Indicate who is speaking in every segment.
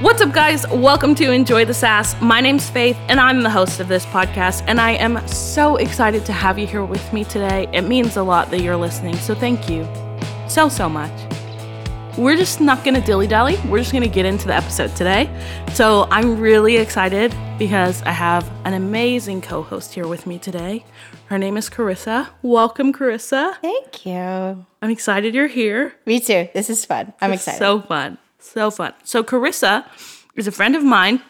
Speaker 1: What's up, guys? Welcome to Enjoy the Sass. My name's Faith, and I'm the host of this podcast. And I am so excited to have you here with me today. It means a lot that you're listening, so thank you so, so much. We're just not going to dilly dally. We're just going to get into the episode today. So I'm really excited because I have an amazing co host here with me today. Her name is Carissa. Welcome, Carissa.
Speaker 2: Thank you.
Speaker 1: I'm excited you're here.
Speaker 2: Me too. This is fun. I'm
Speaker 1: It's
Speaker 2: excited.
Speaker 1: So fun. So fun. So Carissa is a friend of mine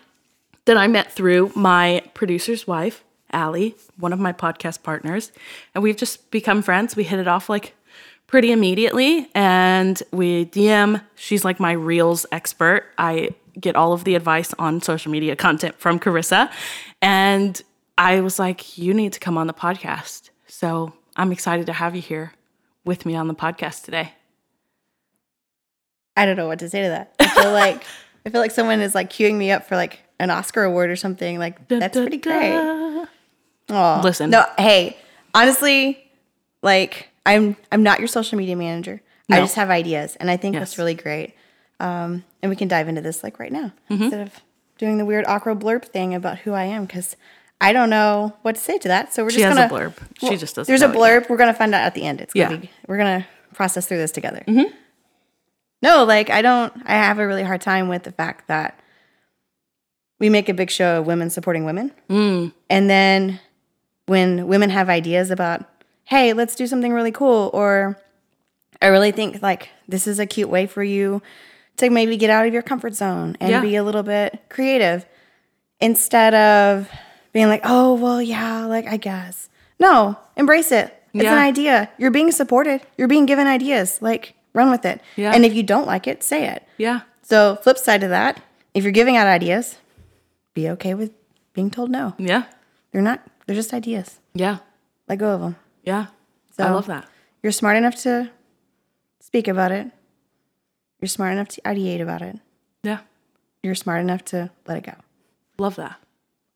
Speaker 1: that I met through my producer's wife, Allie, one of my podcast partners. And we've just become friends. We hit it off like pretty immediately. And we DM, she's like my reels expert. I get all of the advice on social media content from Carissa. And I was like, you need to come on the podcast. So I'm excited to have you here with me on the podcast today.
Speaker 2: I don't know what to say to that. I feel like I feel like someone is like queuing me up for like an Oscar award or something. Like that's pretty great. Aw.
Speaker 1: Listen.
Speaker 2: No, hey, honestly, like I'm I'm not your social media manager. I just have ideas, and I think that's really great. Um, and we can dive into this like right now
Speaker 1: Mm-hmm.
Speaker 2: instead of doing the weird awkward blurb thing about who I am because I don't know what to say to that. So we're
Speaker 1: She
Speaker 2: just
Speaker 1: has
Speaker 2: gonna
Speaker 1: a blurb. she just doesn't.
Speaker 2: There's a
Speaker 1: know it yet.
Speaker 2: blurb. We're gonna find out at the end. It's gonna
Speaker 1: Yeah. Mm-hmm.
Speaker 2: be, we're gonna process through this together. No, like I don't. I have a really hard time with the fact that we make a big show of women supporting women,
Speaker 1: Mm.
Speaker 2: and then when women have ideas about, hey, let's do something really cool, or I really think like this is a cute way for you to maybe get out of your comfort zone and
Speaker 1: Yeah.
Speaker 2: be a little bit creative instead of being like, oh, well, yeah, like I guess. No, embrace it. It's
Speaker 1: Yeah.
Speaker 2: an idea. You're being supported. You're being given ideas. Like, run with it.
Speaker 1: Yeah.
Speaker 2: And if you don't like it, say it.
Speaker 1: Yeah.
Speaker 2: So, flip side to that, if you're giving out ideas, be okay with being told no.
Speaker 1: Yeah.
Speaker 2: They're not, they're just ideas.
Speaker 1: Yeah.
Speaker 2: Let go of them.
Speaker 1: Yeah. I
Speaker 2: So-
Speaker 1: love that.
Speaker 2: You're smart enough to speak about it. You're smart enough to ideate about it.
Speaker 1: Yeah.
Speaker 2: You're smart enough to let it go.
Speaker 1: Love that.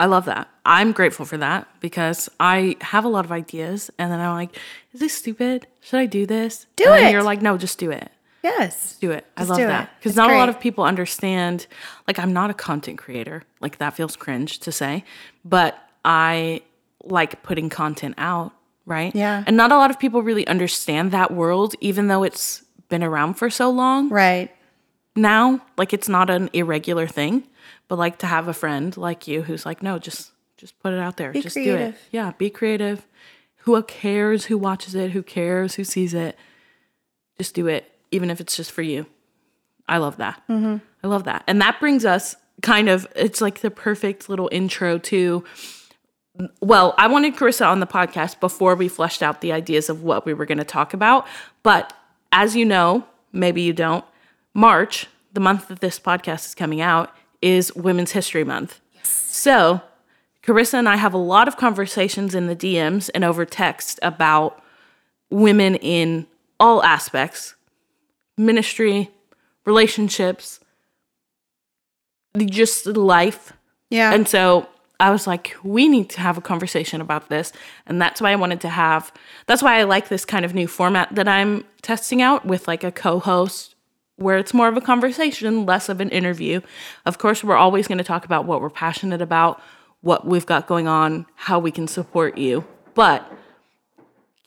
Speaker 1: I love that. I'm grateful for that because I have a lot of ideas and then I'm like, is this stupid? Should I do this?
Speaker 2: Do
Speaker 1: and then
Speaker 2: it.
Speaker 1: You're like, no, just do it.
Speaker 2: Yes.
Speaker 1: Do it. I
Speaker 2: Just
Speaker 1: love
Speaker 2: do
Speaker 1: that.
Speaker 2: it.
Speaker 1: Because
Speaker 2: It's
Speaker 1: not a lot
Speaker 2: great.
Speaker 1: of people understand, like, I'm not a content creator. Like, that feels cringe to say, but I like putting content out, right?
Speaker 2: Yeah.
Speaker 1: And not a lot of people really understand that world, even though it's been around for so long.
Speaker 2: Right.
Speaker 1: now like it's not an irregular thing but like to have a friend like you who's like no just just put it out there just do it
Speaker 2: creative.
Speaker 1: yeah be creative who cares who watches it who cares who sees it just do it even if it's just for you i love that i love that and that brings us kind of it's like the perfect little intro to well, I wanted Carissa on the podcast before we fleshed out the ideas of what we were going to talk about. But as you know, maybe you don't, March, the month that this podcast is coming out, is Women's History Month. So, Carissa and I have a lot of conversations in the DMs and over text about women in all aspects ministry, relationships, just life.
Speaker 2: Yeah.
Speaker 1: And so I was like, we need to have a conversation about this. And that's why I wanted to have, that's why I like this kind of new format that I'm testing out with like a co host where it's more of a conversation, less of an interview. Of course, we're always going to talk about what we're passionate about, what we've got going on, how we can support you. But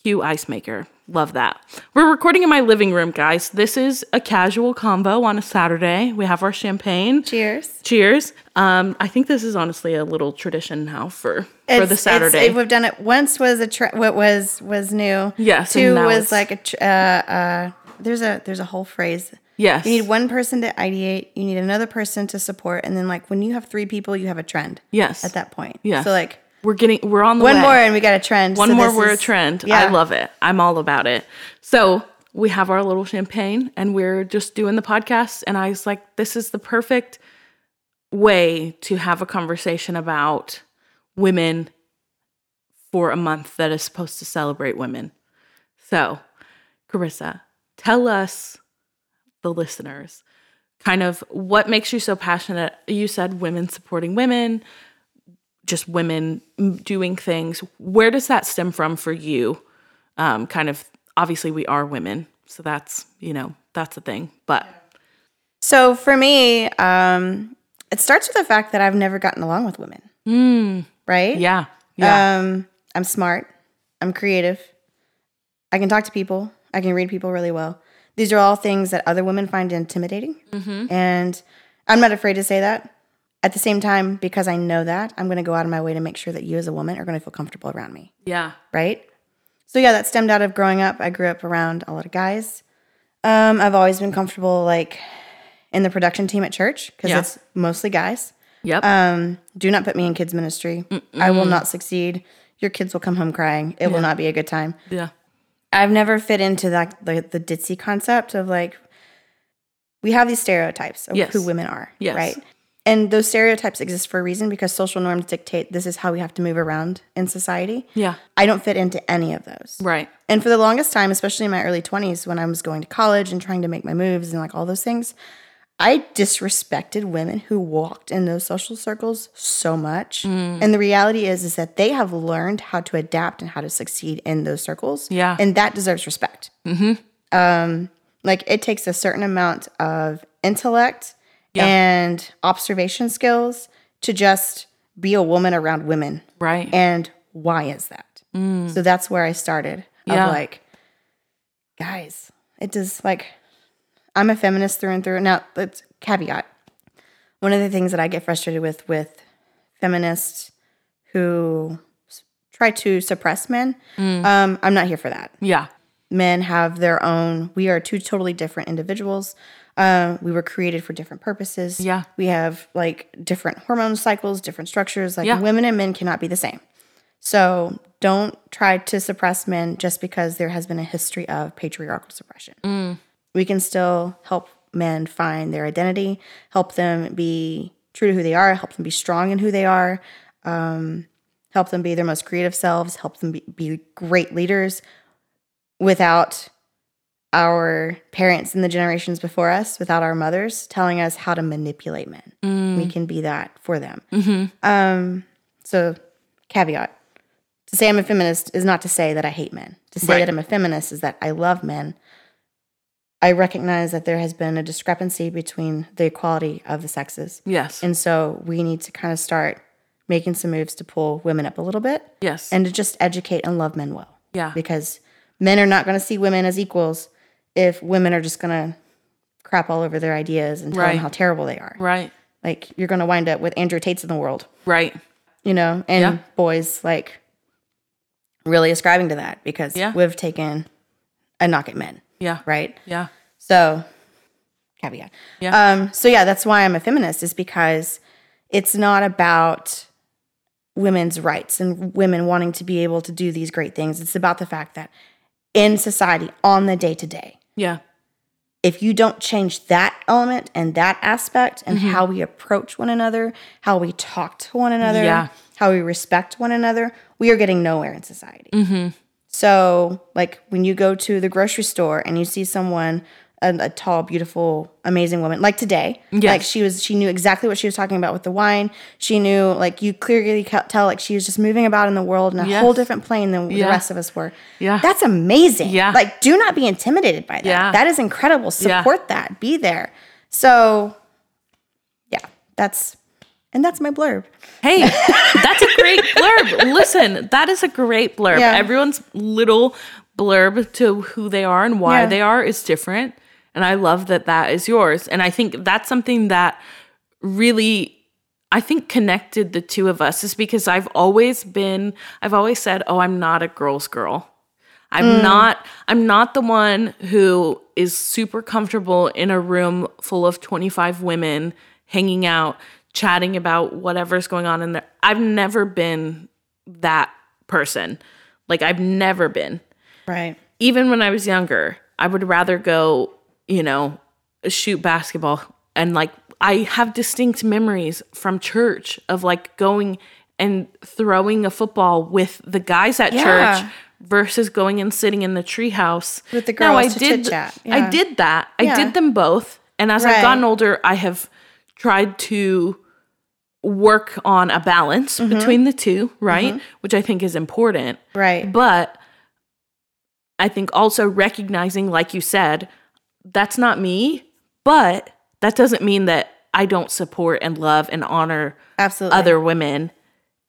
Speaker 1: Q ice maker. Love that. We're recording in my living room, guys. This is a casual combo on a Saturday. We have our champagne.
Speaker 2: Cheers.
Speaker 1: Cheers. Um, I think this is honestly a little tradition now for for
Speaker 2: It's-
Speaker 1: the
Speaker 2: it's-
Speaker 1: Saturday.
Speaker 2: it- we've done it once was a tra- what was was new.
Speaker 1: Yes, and
Speaker 2: Two
Speaker 1: now
Speaker 2: was
Speaker 1: it's-
Speaker 2: like a tr- uh, uh, there's a there's a whole phrase.
Speaker 1: yes.
Speaker 2: You need one person to ideate. You need another person to support, and then like when you have three people, you have a trend.
Speaker 1: yes.
Speaker 2: At that point.
Speaker 1: Yeah.
Speaker 2: So like
Speaker 1: we're getting we're on the
Speaker 2: one
Speaker 1: way.
Speaker 2: more, and we got a trend.
Speaker 1: One
Speaker 2: So
Speaker 1: more
Speaker 2: this
Speaker 1: we're a
Speaker 2: is-
Speaker 1: trend.
Speaker 2: Yeah.
Speaker 1: I love it. I'm all about it. So we have our little champagne and we're just doing the podcast. And I was like, this is the perfect way to have a conversation about women for a month that is supposed to celebrate women. So, Carissa, tell us, the listeners, kind of what makes you so passionate. You said women supporting women, just women m- doing things. Where does that stem from for you? Um, kind of obviously we are women, so that's you know that's a thing. But
Speaker 2: So for me, um, it starts with the fact that I've never gotten along with women. Right?
Speaker 1: Hmm. Yeah. Yeah.
Speaker 2: Um, I'm smart. I'm creative. I can talk to people. I can read people really well. These are all things that other women find intimidating.
Speaker 1: Mm-hmm.
Speaker 2: And I'm not afraid to say that. At the same time, because I know that, I'm going to go out of my way to make sure that you as a woman are going to feel comfortable around me
Speaker 1: yeah.
Speaker 2: right? So yeah, that stemmed out of growing up. I grew up around a lot of guys. Um, I've always been comfortable like in the production team at church because
Speaker 1: Yeah.
Speaker 2: it's mostly guys.
Speaker 1: Yep.
Speaker 2: Um, do not put me in kids ministry. I will not succeed. Your kids will come home crying. It will not be a good time.
Speaker 1: yeah.
Speaker 2: I've never fit into that the, the ditzy concept of like we have these stereotypes of
Speaker 1: Yes.
Speaker 2: who women are,
Speaker 1: Yes.
Speaker 2: right? And those stereotypes exist for a reason because social norms dictate this is how we have to move around in society.
Speaker 1: Yeah.
Speaker 2: I don't fit into any of those.
Speaker 1: Right.
Speaker 2: And for the longest time, especially in my early 20s, when I was going to college and trying to make my moves and like all those things, I disrespected women who walked in those social circles so much. And the reality is, is that they have learned how to adapt and how to succeed in those circles.
Speaker 1: Yeah.
Speaker 2: And that deserves respect. Mm-hmm. Um, like it takes a certain amount of intellect and observation skills to just be a woman around women
Speaker 1: Right. Mm.
Speaker 2: and why is that? So that's where I started.
Speaker 1: Yeah.
Speaker 2: Of like, guys, it does like I'm a feminist through and through. Now, let's caveat. One of the things that I get frustrated with with feminists who s- try to suppress men,
Speaker 1: Mm.
Speaker 2: um, I'm not here for that
Speaker 1: yeah.
Speaker 2: men have their own we are two totally different individuals um, we were created for different purposes
Speaker 1: Yeah.
Speaker 2: we have like different hormone cycles different structures like
Speaker 1: Yeah.
Speaker 2: women and men cannot be the same so don't try to suppress men just because there has been a history of patriarchal suppression
Speaker 1: Mm.
Speaker 2: we can still help men find their identity help them be true to who they are help them be strong in who they are um, help them be their most creative selves, help them be, be great leaders without our parents and the generations before us, without our mothers telling us how to manipulate men. We can be that for them. Um, so, caveat to say I'm a feminist is not to say that I hate men. To say
Speaker 1: Right.
Speaker 2: that I'm a feminist is that I love men. I recognize that there has been a discrepancy between the equality of the sexes.
Speaker 1: Yes.
Speaker 2: And so we need to kind of start making some moves to pull women up a little bit
Speaker 1: yes.
Speaker 2: and to just educate and love men well.
Speaker 1: yeah.
Speaker 2: Because men are not going to see women as equals if women are just going to crap all over their ideas and tell
Speaker 1: Right.
Speaker 2: them how terrible they are.
Speaker 1: Right.
Speaker 2: Like you're going to wind up with Andrew Tate's in the world,
Speaker 1: Right.
Speaker 2: you know, and
Speaker 1: Yeah.
Speaker 2: boys like really ascribing to that because
Speaker 1: Yeah.
Speaker 2: we've taken a knock at men,
Speaker 1: Yeah.
Speaker 2: right?
Speaker 1: Yeah.
Speaker 2: So, caveat.
Speaker 1: Yeah.
Speaker 2: Um, so yeah, that's why I'm a feminist is because it's not about women's rights and women wanting to be able to do these great things. It's about the fact that in society, on the day to day,
Speaker 1: Yeah.
Speaker 2: if you don't change that element and that aspect and
Speaker 1: Mm-hmm.
Speaker 2: how we approach one another, how we talk to one another,
Speaker 1: Yeah.
Speaker 2: how we respect one another, we are getting nowhere in society.
Speaker 1: Mm-hmm.
Speaker 2: So, like when you go to the grocery store and you see someone, a, a tall, beautiful, amazing woman, like today, like she was, she knew exactly what she was talking about with the wine. She knew, like you clearly ca- tell, like she was just moving about in the world in a
Speaker 1: Yes.
Speaker 2: whole different plane than the rest of us were.
Speaker 1: Yeah.
Speaker 2: that's amazing.
Speaker 1: Yeah.
Speaker 2: like do not be intimidated by that.
Speaker 1: Yeah.
Speaker 2: that is incredible.
Speaker 1: Yeah.
Speaker 2: Support that. Be there. So, yeah, that's and that's my blurb.
Speaker 1: Hey, that's a great blurb. Listen, that is a great blurb.
Speaker 2: Yeah.
Speaker 1: Everyone's little blurb to who they are and why
Speaker 2: Yeah.
Speaker 1: they are is different. And I love that that is yours. And I think that's something that really, I think, connected the two of us is because I've always been, I've always said, oh, I'm not a girl's girl. I'm not I'm not the one who is super comfortable in a room full of 25 women hanging out chatting about whatever's going on in there. I've never been that person. Like I've never been
Speaker 2: Right.
Speaker 1: even when I was younger, I would rather go, you know, shoot basketball. And like, I have distinct memories from church of like going and throwing a football with the guys at
Speaker 2: Yeah.
Speaker 1: church versus going and sitting in the treehouse
Speaker 2: With the
Speaker 1: Now,
Speaker 2: girls to chit-chat.
Speaker 1: I
Speaker 2: Yeah.
Speaker 1: did that. I
Speaker 2: Yeah.
Speaker 1: did them both. And as I've
Speaker 2: Right.
Speaker 1: gotten older, I have tried to work on a balance
Speaker 2: Mm-hmm.
Speaker 1: between the two, right? Which I think is important.
Speaker 2: Right.
Speaker 1: But I think also recognizing, like you said, that's not me, but that doesn't mean that I don't support and love and honor
Speaker 2: Absolutely.
Speaker 1: other women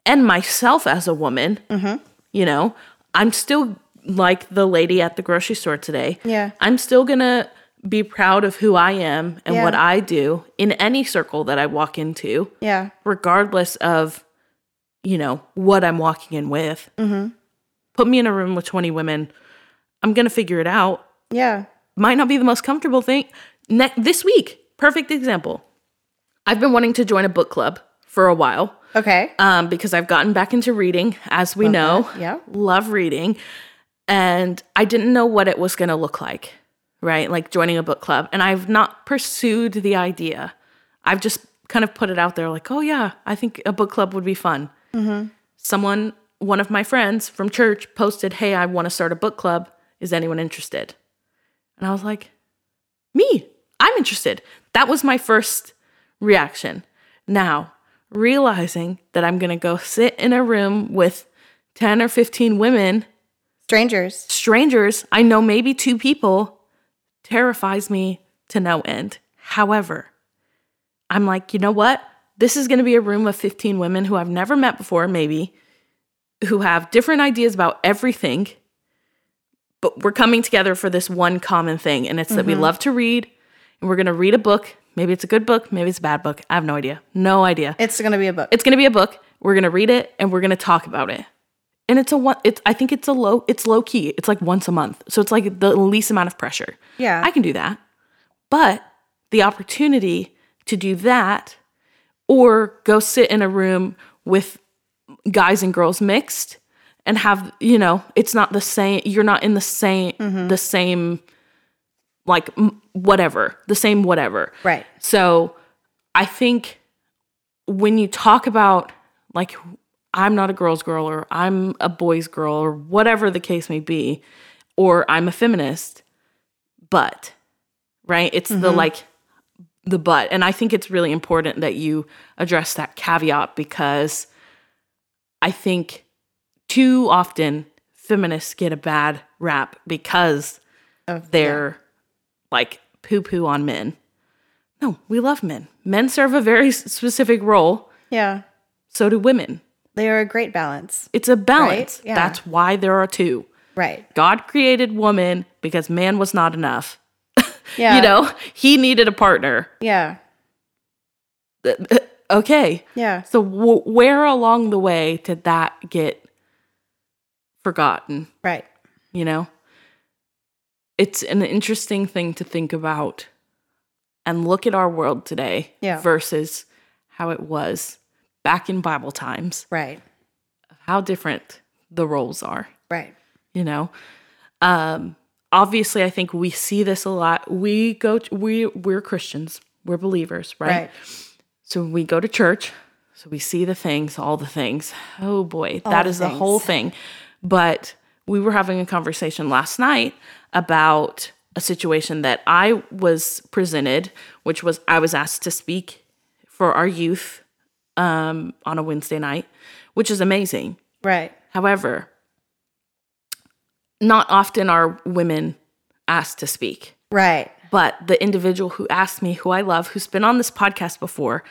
Speaker 1: and myself as a woman,
Speaker 2: Mm-hmm.
Speaker 1: you know, I'm still like the lady at the grocery store today.
Speaker 2: Yeah.
Speaker 1: I'm still going to be proud of who I am and
Speaker 2: Yeah.
Speaker 1: what I do in any circle that I walk into,
Speaker 2: yeah.
Speaker 1: regardless of, you know, what I'm walking in with. Put me in a room with 20 women. I'm going to figure it out
Speaker 2: Yeah.
Speaker 1: might not be the most comfortable thing. Ne- this week, perfect example. I've been wanting to join a book club for a while
Speaker 2: Okay.
Speaker 1: um, because I've gotten back into reading, as we know.
Speaker 2: that, yeah.
Speaker 1: Love reading. And I didn't know what it was going to look like, right? Like joining a book club. And I've not pursued the idea. I've just kind of put it out there like, oh, yeah, I think a book club would be fun. Someone, one of my friends from church posted, hey, I want to start a book club. Is anyone interested? And I was like, me, I'm interested. That was my first reaction. Now, realizing that I'm going to go sit in a room with 10 or 15 women,
Speaker 2: Strangers.
Speaker 1: strangers, I know maybe two people, terrifies me to no end. However, I'm like, you know what? This is going to be a room of 15 women who I've never met before, maybe, who have different ideas about everything, but we're coming together for this one common thing. And it's that we love to read and we're going to read a book. Maybe it's a good book, maybe it's a bad book. I have no idea. No idea.
Speaker 2: It's going to be a book.
Speaker 1: It's going to be a book. We're going to read it and we're going to talk about it. And it's a one it's I think it's a low it's low key. It's like once a month. So it's like the least amount of pressure.
Speaker 2: yeah.
Speaker 1: I can do that. But the opportunity to do that or go sit in a room with guys and girls mixed and have, you know, it's not the same you're not in the same the same like m- whatever, the same whatever.
Speaker 2: right.
Speaker 1: So I think when you talk about like I'm not a girl's girl or I'm a boy's girl or whatever the case may be, or I'm a feminist, but right? It's the like the but. And I think it's really important that you address that caveat because I think too often feminists get a bad rap because
Speaker 2: Of-
Speaker 1: they're like poo poo on men. No, we love men. Men serve a very s- specific role.
Speaker 2: Yeah.
Speaker 1: So do women.
Speaker 2: They are a great balance.
Speaker 1: It's a balance.
Speaker 2: Yeah.
Speaker 1: That's why there are two.
Speaker 2: Right.
Speaker 1: God created woman because man was not enough.
Speaker 2: Yeah.
Speaker 1: You know, he needed a partner.
Speaker 2: Yeah.
Speaker 1: Okay.
Speaker 2: Yeah.
Speaker 1: So w- where along the way did that get forgotten?
Speaker 2: Right.
Speaker 1: you know it's an interesting thing to think about and look at our world today
Speaker 2: Yeah.
Speaker 1: versus how it was back in bible times
Speaker 2: Right.
Speaker 1: how different the roles are
Speaker 2: Right.
Speaker 1: you know um obviously i think we see this a lot we go we we're christians we're believers right,
Speaker 2: Right.
Speaker 1: so we go to church so we see the things all the things oh boy that
Speaker 2: the
Speaker 1: is the whole thing but we were having a conversation last night about a situation that i was presented which was i was asked to speak for our youth um, on a wednesday night which is amazing
Speaker 2: Right.
Speaker 1: However, not often are women asked to speak,
Speaker 2: Right.
Speaker 1: but the individual who asked me, who I love, who's been on this podcast before,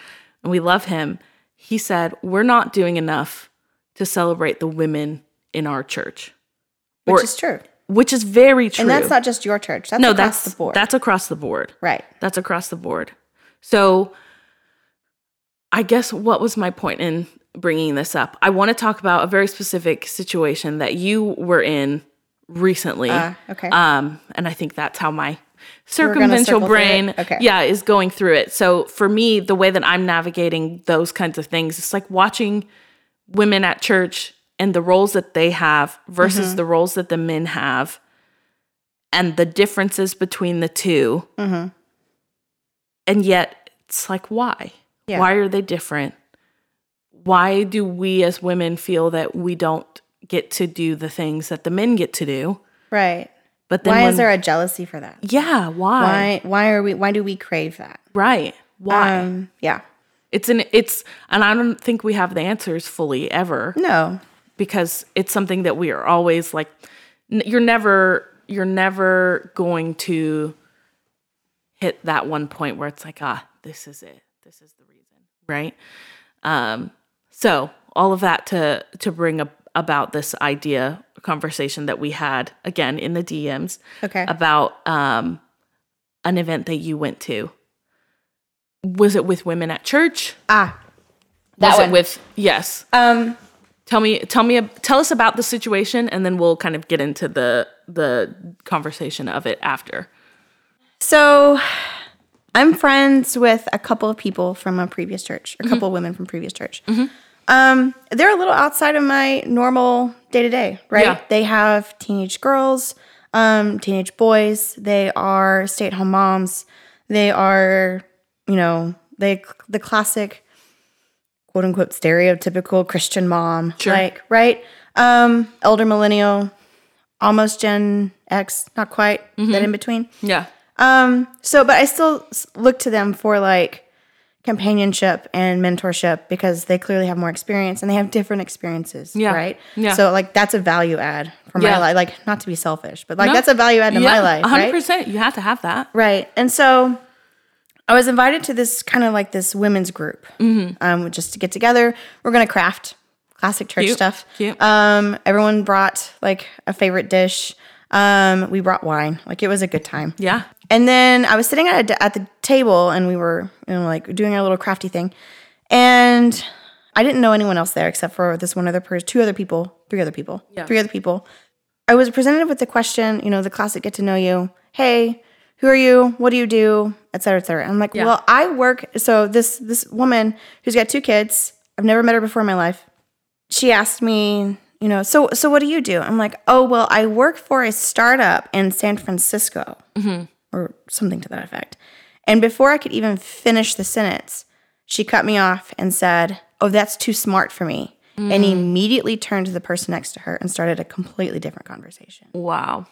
Speaker 1: and we love him, he said, We're not doing enough to celebrate the women in our church,
Speaker 2: Which
Speaker 1: Or-
Speaker 2: is true.
Speaker 1: which is very true.
Speaker 2: And that's not just your church. That's
Speaker 1: no, that's
Speaker 2: across the board.
Speaker 1: That's across the board.
Speaker 2: right.
Speaker 1: That's across the board. So I guess what was my point in bringing this up? I want to talk about a very specific situation that you were in recently.
Speaker 2: Uh, okay.
Speaker 1: Um, and I think that's how my
Speaker 2: gonna circle
Speaker 1: circumvential
Speaker 2: through
Speaker 1: brain
Speaker 2: it. Okay.
Speaker 1: yeah is going through it. So for me, the way that I'm navigating those kinds of things, it's like watching women at church and the roles that they have versus
Speaker 2: Mm-hmm.
Speaker 1: the roles that the men have and the differences between the 2
Speaker 2: Mm-hmm.
Speaker 1: And yet it's like, why?
Speaker 2: Yeah.
Speaker 1: Why are they different? Why do we as women feel that we don't get to do the things that the men get to do?
Speaker 2: right.
Speaker 1: But then
Speaker 2: Why
Speaker 1: when,
Speaker 2: is there a jealousy for that?
Speaker 1: Yeah, why?
Speaker 2: Why why are we why do we crave that?
Speaker 1: Right. Why?
Speaker 2: Um yeah.
Speaker 1: it's an it's and I don't think we have the answers fully ever.
Speaker 2: No.
Speaker 1: because it's something that we are always like n- you're never you're never going to hit that one point where it's like ah this is it this is the reason, right? Um, so all of that to to bring up about this idea conversation that we had again in the DMs
Speaker 2: Okay.
Speaker 1: about um, an event that you went to. Was it with women at church?
Speaker 2: ah.
Speaker 1: That was
Speaker 2: one.
Speaker 1: it with yes?
Speaker 2: Um.
Speaker 1: Tell me, tell me, tell us about the situation, and then we'll kind of get into the the conversation of it after.
Speaker 2: So I'm friends with a couple of people from a previous church, a
Speaker 1: Mm-hmm.
Speaker 2: couple of women from previous church. Um, they're a little outside of my normal day to day, right?
Speaker 1: Yeah.
Speaker 2: They have teenage girls, um, teenage boys. They are stay at home moms. They are, you know, they the classic quote unquote stereotypical Christian mom,
Speaker 1: Sure.
Speaker 2: like right, um, elder millennial, almost Gen X, not quite,
Speaker 1: Mm-hmm.
Speaker 2: that in between.
Speaker 1: Yeah,
Speaker 2: Um, so, but I still s- look to them for like companionship and mentorship because they clearly have more experience and they have different experiences,
Speaker 1: Yeah.
Speaker 2: right?
Speaker 1: Yeah.
Speaker 2: So, like, that's a value add for
Speaker 1: Yeah.
Speaker 2: my life. Like, not to be selfish, but like,
Speaker 1: No.
Speaker 2: that's a value add to my life, right?
Speaker 1: percent. You have to have that.
Speaker 2: Right. And so I was invited to this kind of like this women's group
Speaker 1: Mm-hmm.
Speaker 2: um, just to get together. We're going to craft classic church
Speaker 1: Cute.
Speaker 2: stuff.
Speaker 1: Cute.
Speaker 2: Um, everyone brought like a favorite dish. Um, we brought wine. Like it was a good time.
Speaker 1: Yeah,
Speaker 2: And then I was sitting at, a, at the table and we were you know, like doing our little crafty thing. And I didn't know anyone else there except for this one other person, two other people, three other people, three other people. I was presented with the question, you know, the classic get to know you. Hey, who are you? What do you do? Et cetera, et cetera. I'm like, well, I work. So this this woman who's got two kids, I've never met her before in my life she asked me, you know, so so what do you do? I'm like, oh well, I work for a startup in San Francisco, or something to that effect. And before I could even finish the sentence, she cut me off and said, "Oh, that's too smart for me," and immediately turned to the person next to her and started a completely different conversation.
Speaker 1: wow.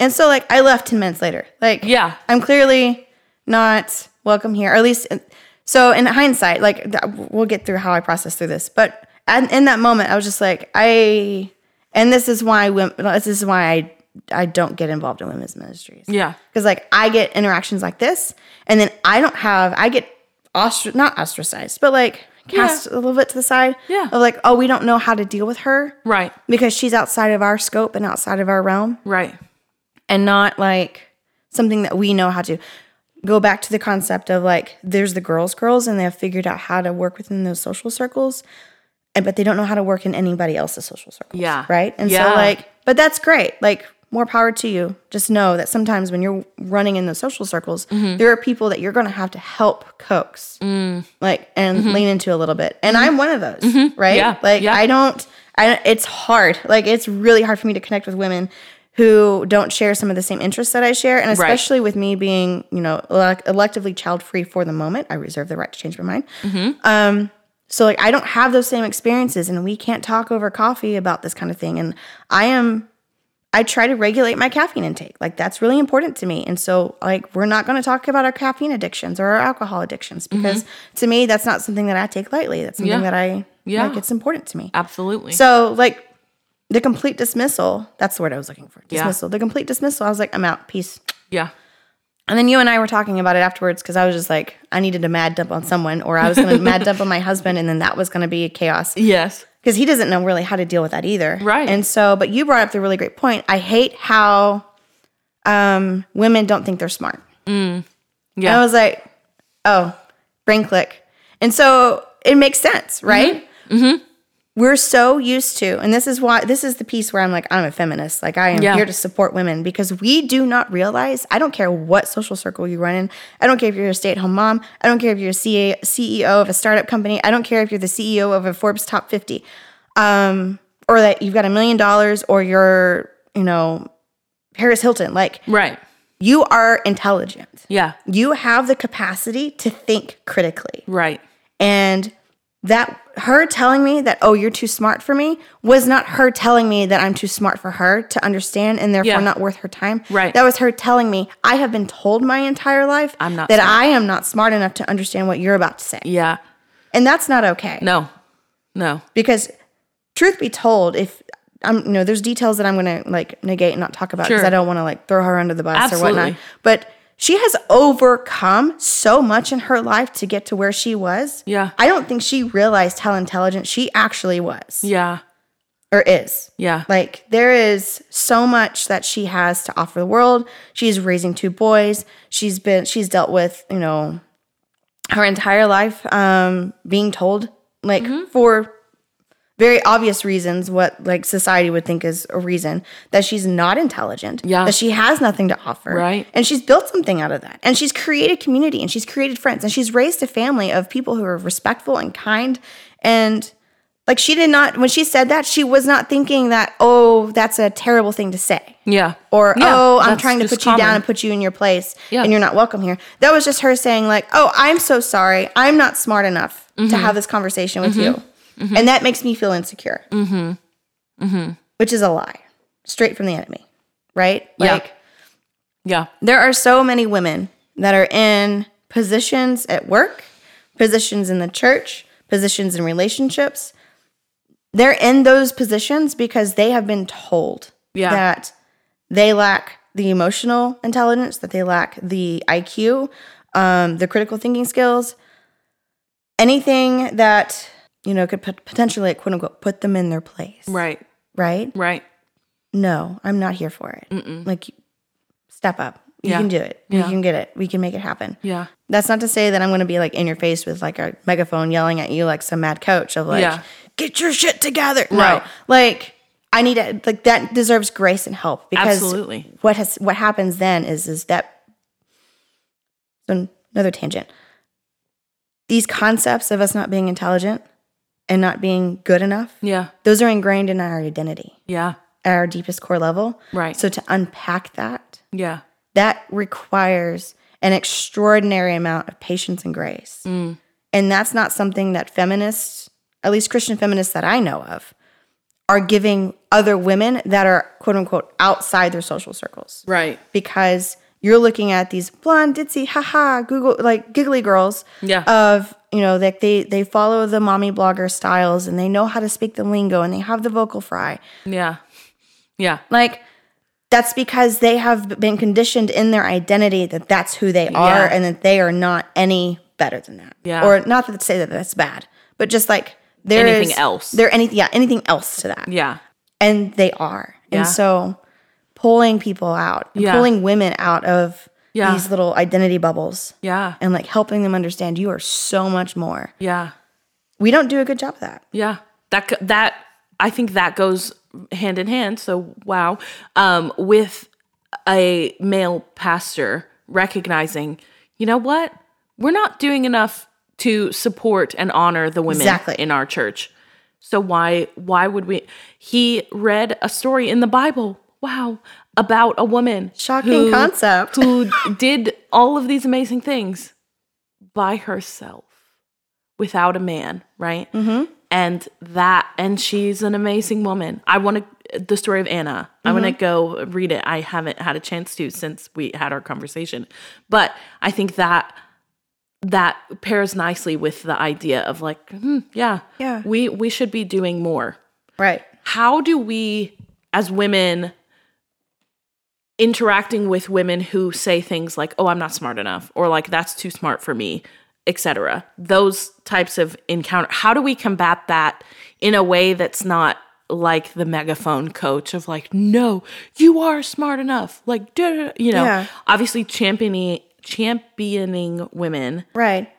Speaker 2: And so, like, I left ten minutes later. Like,
Speaker 1: Yeah.
Speaker 2: I'm clearly not welcome here, or at least. uh, So, in hindsight, like, th- we'll get through how I process through this, but at, in that moment, I was just like, I, and this is why women. This is why I, I don't get involved in women's ministries
Speaker 1: Yeah,
Speaker 2: because like I get interactions like this, and then I don't have I get ostra- not ostracized, but like cast a little bit to the side.
Speaker 1: Yeah.
Speaker 2: of like, oh, we don't know how to deal with her
Speaker 1: right,
Speaker 2: because she's outside of our scope and outside of our realm
Speaker 1: right.
Speaker 2: and not like something that we know how to go back to the concept of like there's the girls girls and they've figured out how to work within those social circles and but they don't know how to work in anybody else's social circles
Speaker 1: Yeah.
Speaker 2: right and
Speaker 1: Yeah.
Speaker 2: so like but that's great like more power to you just know that sometimes when you're running in those social circles
Speaker 1: Mm-hmm.
Speaker 2: there are people that you're going to have to help coax
Speaker 1: Mm.
Speaker 2: like and lean into a little bit and i'm one of those right
Speaker 1: Mm-hmm. Yeah.
Speaker 2: like
Speaker 1: Yeah.
Speaker 2: i don't I, it's hard like it's really hard for me to connect with women who don't share some of the same interests that i share and especially with me being you know elec electively child free for the moment i reserve the right to change my mind um so like i don't have those same experiences and we can't talk over coffee about this kind of thing and i am I try to regulate my caffeine intake. Like that's really important to me. And so like we're not going to talk about our caffeine addictions or our alcohol addictions because to me that's not something that I take lightly. That's something
Speaker 1: Mm-hmm. Yeah.
Speaker 2: that I
Speaker 1: Yeah.
Speaker 2: like it's important to me.
Speaker 1: Absolutely.
Speaker 2: So like the complete dismissal, that's the word I was looking for. Dismissal. The complete dismissal. I was like I'm out. Peace.
Speaker 1: yeah.
Speaker 2: And then you and I were talking about it afterwards because I was just like I needed a mad dump on someone or I was going to mad dump on my husband and then that was going to be chaos
Speaker 1: Yes.
Speaker 2: because he doesn't know really how to deal with that either.
Speaker 1: Right.
Speaker 2: And so, but you brought up the really great point. I hate how um, women don't think they're smart.
Speaker 1: Mm. Yeah.
Speaker 2: And I was like, oh, brain click. And so it makes sense, right? We're so used to, and this is why this is the piece where I'm like, I'm a feminist. Like I am
Speaker 1: Yeah.
Speaker 2: here to support women because we do not realize. I don't care what social circle you run in. I don't care if you're a stay-at-home mom. I don't care if you're a CA, CEO of a startup company. I don't care if you're the CEO of a Forbes top 50, um, or that you've got a million dollars, or you're, you know, Paris Hilton. Like
Speaker 1: Right.
Speaker 2: you are intelligent
Speaker 1: Yeah.
Speaker 2: you have the capacity to think critically.
Speaker 1: Right.
Speaker 2: And that her telling me that, oh, you're too smart for me was not her telling me that I'm too smart for her to understand and therefore
Speaker 1: Yeah.
Speaker 2: not worth her time.
Speaker 1: Right.
Speaker 2: That was her telling me, I have been told my entire life
Speaker 1: I'm not
Speaker 2: that I am not smart enough to understand what you're about to say.
Speaker 1: Yeah.
Speaker 2: And that's not okay.
Speaker 1: No. No.
Speaker 2: Because truth be told, if I'm you know, there's details that I'm gonna like negate and not talk about because
Speaker 1: Sure.
Speaker 2: I don't want to like throw her under the bus or
Speaker 1: Absolutely.
Speaker 2: whatnot. But She has overcome so much in her life to get to where she was.
Speaker 1: Yeah.
Speaker 2: I don't think she realized how intelligent she actually was
Speaker 1: Yeah.
Speaker 2: or is.
Speaker 1: Yeah.
Speaker 2: Like there is so much that she has to offer the world. She's raising two boys. She's been she's dealt with, you know, her entire life um being told like
Speaker 1: Mm-hmm.
Speaker 2: for very obvious reasons what like society would think is a reason that she's not intelligent
Speaker 1: Yeah.
Speaker 2: that she has nothing to offer
Speaker 1: Right.
Speaker 2: and she's built something out of that and she's created community and she's created friends and she's raised a family of people who are respectful and kind and like she did not when she said that she was not thinking that oh that's a terrible thing to say
Speaker 1: yeah.
Speaker 2: or
Speaker 1: Yeah,
Speaker 2: oh i'm
Speaker 1: that's
Speaker 2: trying to
Speaker 1: just
Speaker 2: put you down
Speaker 1: common.
Speaker 2: and put you in your place
Speaker 1: Yeah.
Speaker 2: and you're not welcome here that was just her saying like oh i'm so sorry i'm not smart enough
Speaker 1: Mm-hmm.
Speaker 2: to have this conversation with you and that makes me feel insecure mm-hmm. Mm-hmm.
Speaker 1: Mm-hmm.
Speaker 2: which is a lie straight from the enemy right
Speaker 1: Yeah.
Speaker 2: like
Speaker 1: Yeah.
Speaker 2: there are so many women that are in positions at work, positions in the church, positions in relationships. They're in those positions because they have been told
Speaker 1: Yeah.
Speaker 2: that they lack the emotional intelligence, that they lack the IQ, um, the critical thinking skills, anything that you know could pot- potentially quote unquote put them in their place,
Speaker 1: Right.
Speaker 2: right?
Speaker 1: Right.
Speaker 2: no, I'm not here for it. Like, step up. You
Speaker 1: Yeah.
Speaker 2: can do it.
Speaker 1: Yeah.
Speaker 2: We can get it. We can make it happen.
Speaker 1: Yeah.
Speaker 2: That's not to say that I'm going to be like in your face with like a megaphone yelling at you like some mad coach of like,
Speaker 1: Yeah.
Speaker 2: get your shit together.
Speaker 1: Right.
Speaker 2: No, like I need to like that deserves grace and help because
Speaker 1: Absolutely.
Speaker 2: what has what happens then is is that so another tangent. These concepts of us not being intelligent and not being good enough,
Speaker 1: Yeah.
Speaker 2: those are ingrained in our identity
Speaker 1: Yeah.
Speaker 2: at our deepest core level.
Speaker 1: Right.
Speaker 2: So to unpack that,
Speaker 1: Yeah.
Speaker 2: that requires an extraordinary amount of patience and grace. And that's not something that feminists, at least Christian feminists that I know of, are giving other women that are quote unquote outside their social circles.
Speaker 1: Right.
Speaker 2: Because you're looking at these blonde, ditzy, haha, Google like giggly girls
Speaker 1: Yeah.
Speaker 2: of you know like they they follow the mommy blogger styles and they know how to speak the lingo and they have the vocal fry
Speaker 1: Yeah. Yeah.
Speaker 2: like that's because they have been conditioned in their identity that that's who they are
Speaker 1: Yeah.
Speaker 2: and that they are not any better than that.
Speaker 1: Yeah.
Speaker 2: Or not that to say that that's bad, but just like there
Speaker 1: Anything
Speaker 2: is-
Speaker 1: else.
Speaker 2: There anything yeah, anything else to that.
Speaker 1: Yeah.
Speaker 2: And they are.
Speaker 1: Yeah.
Speaker 2: And so pulling people out, and
Speaker 1: Yeah.
Speaker 2: pulling women out of
Speaker 1: Yeah.
Speaker 2: these little identity bubbles
Speaker 1: Yeah.
Speaker 2: and like helping them understand you are so much more.
Speaker 1: Yeah.
Speaker 2: We don't do a good job of that.
Speaker 1: Yeah. That co- that I think that goes hand in hand. So wow, um, with a male pastor recognizing, you know what, we're not doing enough to support and honor the women
Speaker 2: Exactly.
Speaker 1: in our church. So why why would we? He read a story in the Bible. Wow, about a woman.
Speaker 2: Shocking
Speaker 1: who-
Speaker 2: concept.
Speaker 1: who did all of these amazing things by herself without a man, right? Mm-hmm. And that, and she's an amazing woman. I want to, the story of Anna, I want to go read it. I haven't had a chance to since we had our conversation. But I think that that pairs nicely with the idea of like, hmm, yeah,
Speaker 2: Yeah.
Speaker 1: we, we should be doing more
Speaker 2: Right.
Speaker 1: how do we as women interacting with women who say things like oh i'm not smart enough or like that's too smart for me etc those types of encounter how do we combat that in a way that's not like the megaphone coach of like no you are smart enough like duh, duh, duh, you know
Speaker 2: Yeah.
Speaker 1: obviously championing championing women
Speaker 2: Right.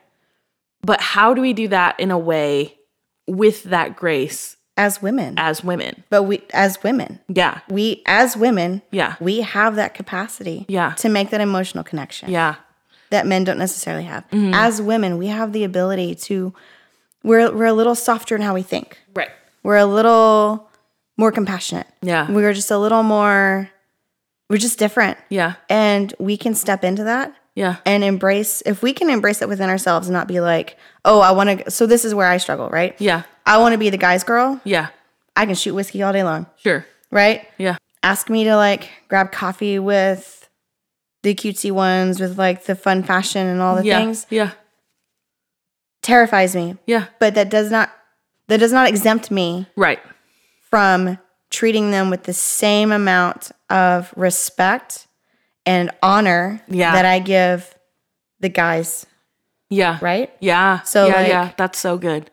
Speaker 1: but how do we do that in a way with that grace
Speaker 2: As women.
Speaker 1: as women
Speaker 2: but we as women.
Speaker 1: yeah
Speaker 2: we as women
Speaker 1: Yeah.
Speaker 2: we have that capacity
Speaker 1: Yeah.
Speaker 2: to make that emotional connection
Speaker 1: Yeah. Mm-hmm.
Speaker 2: that men don't necessarily have as women we have the ability to we're, we're a little softer in how we think
Speaker 1: Right.
Speaker 2: we're a little more compassionate
Speaker 1: Yeah.
Speaker 2: we're just a little more we're just different
Speaker 1: Yeah.
Speaker 2: and we can step into that
Speaker 1: Yeah.
Speaker 2: and embrace if we can embrace it within ourselves and not be like oh i want to so this is where i struggle right
Speaker 1: Yeah.
Speaker 2: i want to be the guy's girl
Speaker 1: Yeah.
Speaker 2: i can shoot whiskey all day long
Speaker 1: Sure.
Speaker 2: right
Speaker 1: Yeah.
Speaker 2: ask me to like grab coffee with the cutesy ones with like the fun fashion and all the
Speaker 1: Yeah.
Speaker 2: things
Speaker 1: Yeah.
Speaker 2: terrifies me
Speaker 1: Yeah.
Speaker 2: but that does not that does not exempt me
Speaker 1: Right.
Speaker 2: from treating them with the same amount of respect and honor
Speaker 1: Yeah.
Speaker 2: that I give the guys,
Speaker 1: Yeah.
Speaker 2: right?
Speaker 1: Yeah.
Speaker 2: So,
Speaker 1: yeah,
Speaker 2: like-
Speaker 1: yeah, that's so good.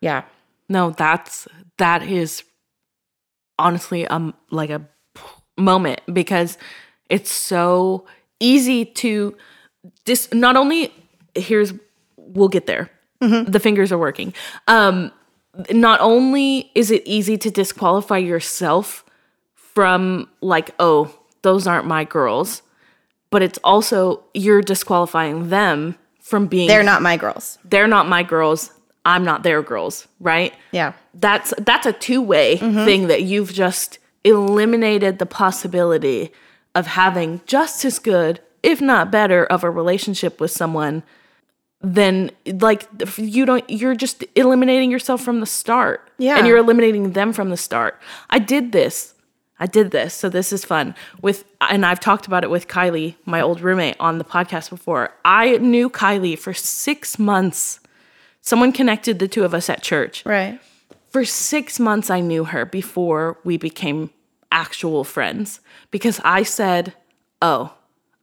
Speaker 2: Yeah.
Speaker 1: No, that's that is honestly um like a moment because it's so easy to dis not only here's we'll get there. The fingers are working. Um not only is it easy to disqualify yourself from like oh those aren't my girls but it's also you're disqualifying them from being
Speaker 2: They're not my girls.
Speaker 1: they're not my girls i'm not their girls right
Speaker 2: Yeah.
Speaker 1: that's that's a two-way thing that you've just eliminated the possibility of having just as good if not better of a relationship with someone then like if you don't you're just eliminating yourself from the start
Speaker 2: Yeah.
Speaker 1: and you're eliminating them from the start i did this i did this so this is fun with and i've talked about it with kylie my old roommate on the podcast before i knew kylie for six months someone connected the two of us at church
Speaker 2: Right.
Speaker 1: for six months I knew her before we became actual friends because I said, Oh,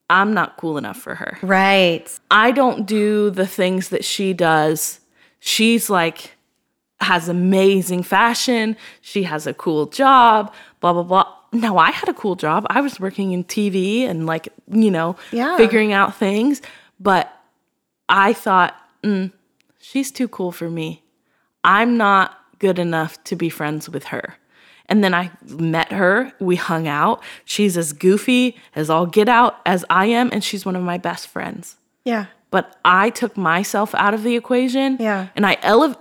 Speaker 1: I'm not cool enough for her.
Speaker 2: Right.
Speaker 1: I don't do the things that she does. She's like, has amazing fashion. She has a cool job, blah, blah, blah. No, I had a cool job. I was working in TV and like, you know,
Speaker 2: Yeah.
Speaker 1: figuring out things. But I thought, mm, she's too cool for me. I'm not good enough to be friends with her. And then I met her, we hung out. She's as goofy as all get out as I am, and she's one of my best friends
Speaker 2: Yeah.
Speaker 1: but I took myself out of the equation.
Speaker 2: Yeah.
Speaker 1: And I elev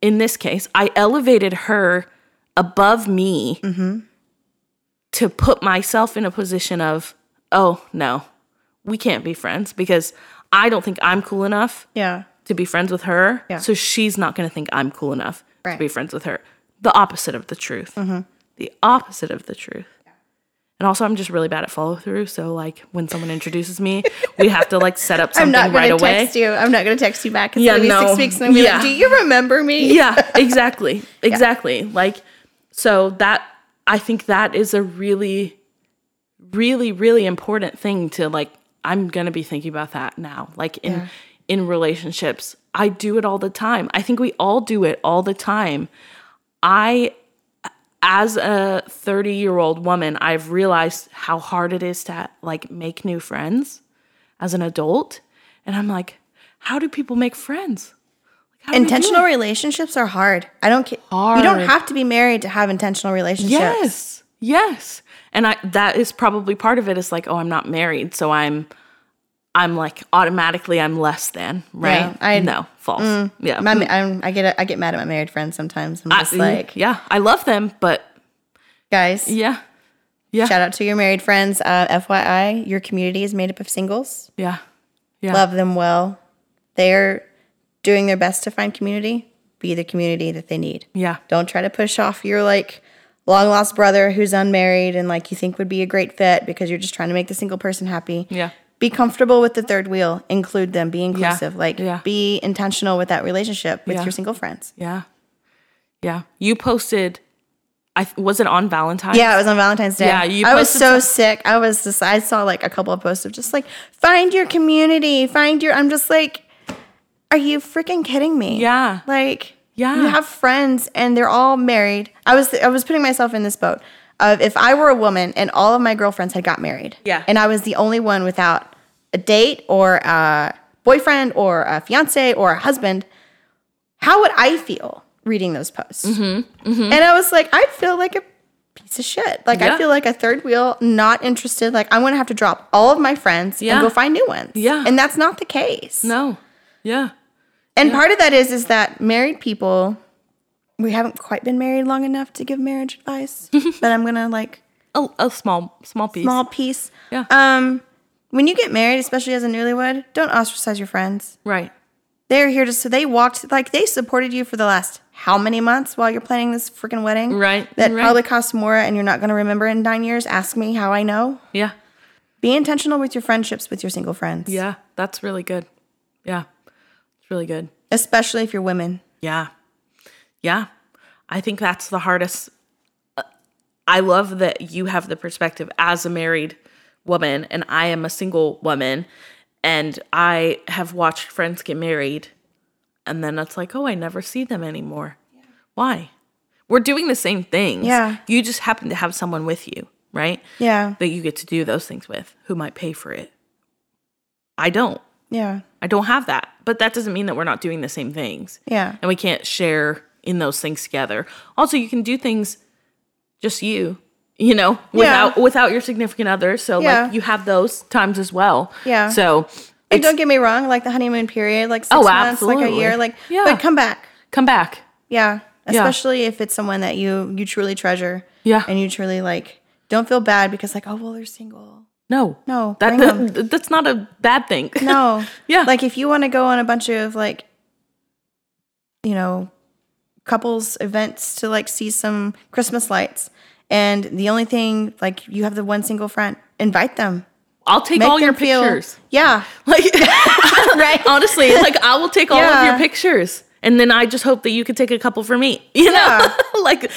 Speaker 1: in this case, I elevated her above me to put myself in a position of, oh no, we can't be friends because I don't think I'm cool enough
Speaker 2: Yeah.
Speaker 1: to be friends with her.
Speaker 2: Yeah.
Speaker 1: So she's not going to think I'm cool enough to
Speaker 2: Right. Mm-hmm.
Speaker 1: be friends with her. The opposite of the truth. The opposite of the truth. And also, I'm just really bad at follow through. So, like, when someone introduces me, we have to like set up
Speaker 2: I'm
Speaker 1: something
Speaker 2: not
Speaker 1: right
Speaker 2: gonna
Speaker 1: away.
Speaker 2: text you. I'm not gonna text you back. It's
Speaker 1: Yeah,
Speaker 2: gonna be
Speaker 1: no.
Speaker 2: six weeks and I'm gonna be
Speaker 1: Yeah.
Speaker 2: like, Do you remember me?
Speaker 1: yeah, exactly. Exactly. Like so that I think that is a really really really important thing to like I'm going to be thinking about that now. Like in in relationships, I do it all the time. I think we all do it all the time. I as a 30-year-old woman, I've realized how hard it is to like make new friends as an adult, and I'm like, how do people make friends? Like, how do we do
Speaker 2: Intentional relationships are hard. I don't care. You don't
Speaker 1: Hard.
Speaker 2: have to be married to have intentional relationships.
Speaker 1: Yes. Yes. And I that is probably part of it is like, oh, I'm not married, so I'm I'm like automatically I'm less than, right?
Speaker 2: Yeah, I- Mm,
Speaker 1: no, false. yeah.
Speaker 2: My, I'm, I get I get mad at my married friends sometimes. I'm just
Speaker 1: I-
Speaker 2: like,
Speaker 1: yeah, I love them, but
Speaker 2: guys,
Speaker 1: yeah.
Speaker 2: shout out to your married friends. Uh, FYI, your community is made up of singles.
Speaker 1: Yeah. Yeah.
Speaker 2: Love them well. They are doing their best to find community. Be the community that they need.
Speaker 1: Yeah.
Speaker 2: Don't try to push off your like long lost brother who's unmarried and like you think would be a great fit because you're just trying to make the single person happy.
Speaker 1: Yeah.
Speaker 2: Be comfortable with the third wheel. Include them. Be inclusive. Like
Speaker 1: Yeah.
Speaker 2: be intentional with that relationship with
Speaker 1: Yeah.
Speaker 2: your single friends.
Speaker 1: Yeah. Yeah. You posted I th- was it on Valentine's?
Speaker 2: Yeah, it was on Valentine's Day.
Speaker 1: Yeah, you
Speaker 2: I was
Speaker 1: posted
Speaker 2: so sick. I was just I saw like a couple of posts of just like find your community, find your I'm just like are you freaking kidding me?
Speaker 1: Yeah.
Speaker 2: Like
Speaker 1: Yeah.
Speaker 2: You have friends and they're all married. I was I was putting myself in this boat of if I were a woman and all of my girlfriends had got married.
Speaker 1: Yeah.
Speaker 2: And I was the only one without a date or a boyfriend or a fiance or a husband, how would I feel reading those posts?
Speaker 1: Mm-hmm.
Speaker 2: And I was like, I'd feel like a piece of shit. Like
Speaker 1: Yeah.
Speaker 2: I feel like a third wheel, not interested. Like I'm gonna have to drop all of my friends
Speaker 1: Yeah.
Speaker 2: and go find new ones.
Speaker 1: Yeah.
Speaker 2: And that's not the case.
Speaker 1: No. Yeah.
Speaker 2: And part of that is is that married people we haven't quite been married long enough to give marriage advice. but I'm gonna like
Speaker 1: A, a small small piece.
Speaker 2: small piece.
Speaker 1: Yeah.
Speaker 2: Um when you get married, especially as a newlywed, don't ostracize your friends.
Speaker 1: right.
Speaker 2: They're here to so they walked like they supported you for the last how many months while you're planning this freaking wedding?
Speaker 1: Right,
Speaker 2: That
Speaker 1: right.
Speaker 2: probably costs more and you're not gonna remember in nine years. Ask me how I know.
Speaker 1: Yeah.
Speaker 2: Be intentional with your friendships with your single friends.
Speaker 1: Yeah. That's really good. Yeah. It's really good.
Speaker 2: Especially if you're women.
Speaker 1: Yeah. Yeah. I think that's uh, the hardest. I love that you have the perspective as a married woman and I am a single woman and I have watched friends get married and then it's like, oh, I never see them anymore. Why? We're doing the same things.
Speaker 2: Yeah.
Speaker 1: You just happen to have someone with you, right?
Speaker 2: Yeah.
Speaker 1: That you get to do those things with who might pay for it. I don't.
Speaker 2: Yeah.
Speaker 1: I don't have that. But that doesn't mean that we're not doing the same things
Speaker 2: Yeah.
Speaker 1: and we can't share in those things together. Also, you can do things just you, you know, without without your significant other. So
Speaker 2: Yeah.
Speaker 1: like you have those times as well.
Speaker 2: Yeah.
Speaker 1: So
Speaker 2: Like,
Speaker 1: it's,
Speaker 2: don't get me wrong, like the honeymoon period, like six
Speaker 1: Oh,
Speaker 2: months, like a
Speaker 1: absolutely.
Speaker 2: year, like
Speaker 1: Yeah.
Speaker 2: but come back.
Speaker 1: come back.
Speaker 2: Yeah.
Speaker 1: Yeah.
Speaker 2: Especially if it's someone that you you truly treasure.
Speaker 1: Yeah.
Speaker 2: And you truly like don't feel bad because like, oh well they're single.
Speaker 1: No.
Speaker 2: No,
Speaker 1: That,
Speaker 2: bring 'em.
Speaker 1: that- that's not a bad thing.
Speaker 2: No.
Speaker 1: Yeah.
Speaker 2: Like if you want to go on a bunch of like you know, couples events to like see some Christmas lights and the only thing like you have the one single friend, invite them.
Speaker 1: I'll take all your pictures.
Speaker 2: Yeah.
Speaker 1: Like
Speaker 2: Right.
Speaker 1: honestly, like I will take all of
Speaker 2: Yeah.
Speaker 1: your pictures. And then I just hope that you could take a couple for me. You know?
Speaker 2: Yeah.
Speaker 1: like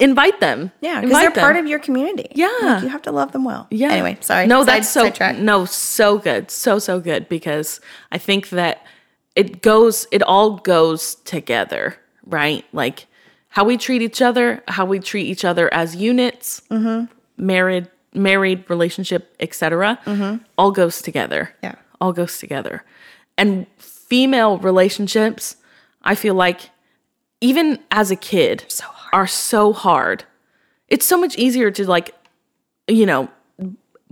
Speaker 1: invite them.
Speaker 2: Yeah, because
Speaker 1: Invite
Speaker 2: they're
Speaker 1: them.
Speaker 2: part of your community.
Speaker 1: Yeah.
Speaker 2: Like, you have to love them well.
Speaker 1: Yeah.
Speaker 2: Anyway, sorry.
Speaker 1: No,
Speaker 2: Side-
Speaker 1: that's so
Speaker 2: sidetrack.
Speaker 1: no, so good, so so good because I think that it goes, it all goes together, right? Like how we treat each other, how we treat each other as units,
Speaker 2: Mm-hmm.
Speaker 1: married, married relationship, etc. All goes together.
Speaker 2: Yeah.
Speaker 1: all goes together. And female relationships, I feel like even as a kid, are so hard. It's so much easier to like, you know,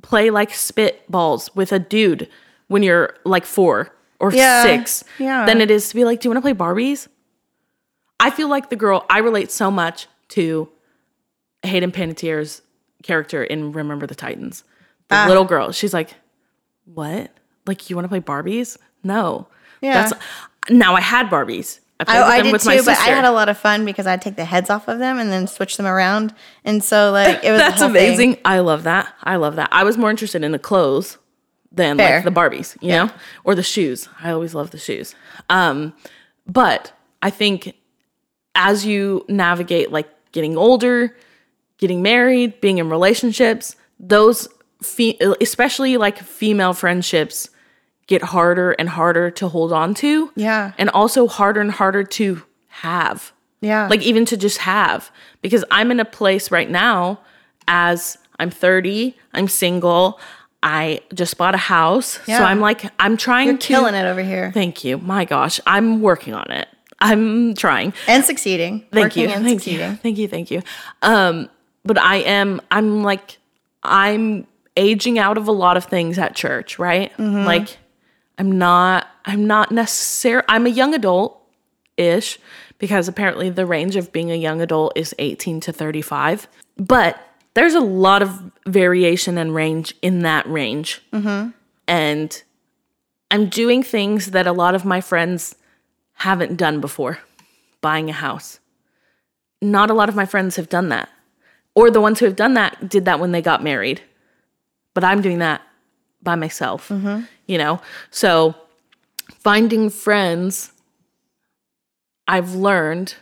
Speaker 1: play like spitballs with a dude when you're like four or
Speaker 2: Yeah,
Speaker 1: six
Speaker 2: yeah.
Speaker 1: than it is to be like, do you want to play Barbies? I feel like the girl, I relate so much to Hayden Panettiere's character in Remember the Titans.
Speaker 2: Ah.
Speaker 1: The little girl, she's like, what? Like, you want to play Barbies? No.
Speaker 2: Yeah.
Speaker 1: now I had Barbies. I played
Speaker 2: I,
Speaker 1: with
Speaker 2: I
Speaker 1: them
Speaker 2: did
Speaker 1: with
Speaker 2: too,
Speaker 1: my
Speaker 2: but I
Speaker 1: sister.
Speaker 2: had a lot of fun because I'd take the heads off of them and then switch them around. And so, like, it was a
Speaker 1: That's
Speaker 2: whole thing.
Speaker 1: amazing. I love that. I love that. I was more interested in the clothes than
Speaker 2: Fair.
Speaker 1: like the Barbies, you know, or the shoes. I always love the shoes. Um, but I think as you navigate like getting older, getting married, being in relationships, those fe- especially like female friendships get harder and harder to hold on to.
Speaker 2: Yeah.
Speaker 1: And also harder and harder to have
Speaker 2: Yeah.
Speaker 1: like even to just have because i'm in a place right now as i'm 30 i'm single i just bought a house so
Speaker 2: Yeah.
Speaker 1: i'm like i'm trying
Speaker 2: you're
Speaker 1: to
Speaker 2: killing it over here
Speaker 1: thank you my gosh i'm working on it i'm trying
Speaker 2: and succeeding.
Speaker 1: thank you
Speaker 2: Working And
Speaker 1: thank
Speaker 2: succeeding.
Speaker 1: you thank you thank you um but i am i'm like i'm aging out of a lot of things at church right like i'm not i'm not necessarily i'm a young adult ish because apparently the range of being a young adult is 18 to 35 but there's a lot of variation and range in that range and i'm doing things that a lot of my friends haven't done before buying a house not a lot of my friends have done that. Or the ones who have done that did that when they got married. But I'm doing that by myself, you know? So finding friends, I've learned,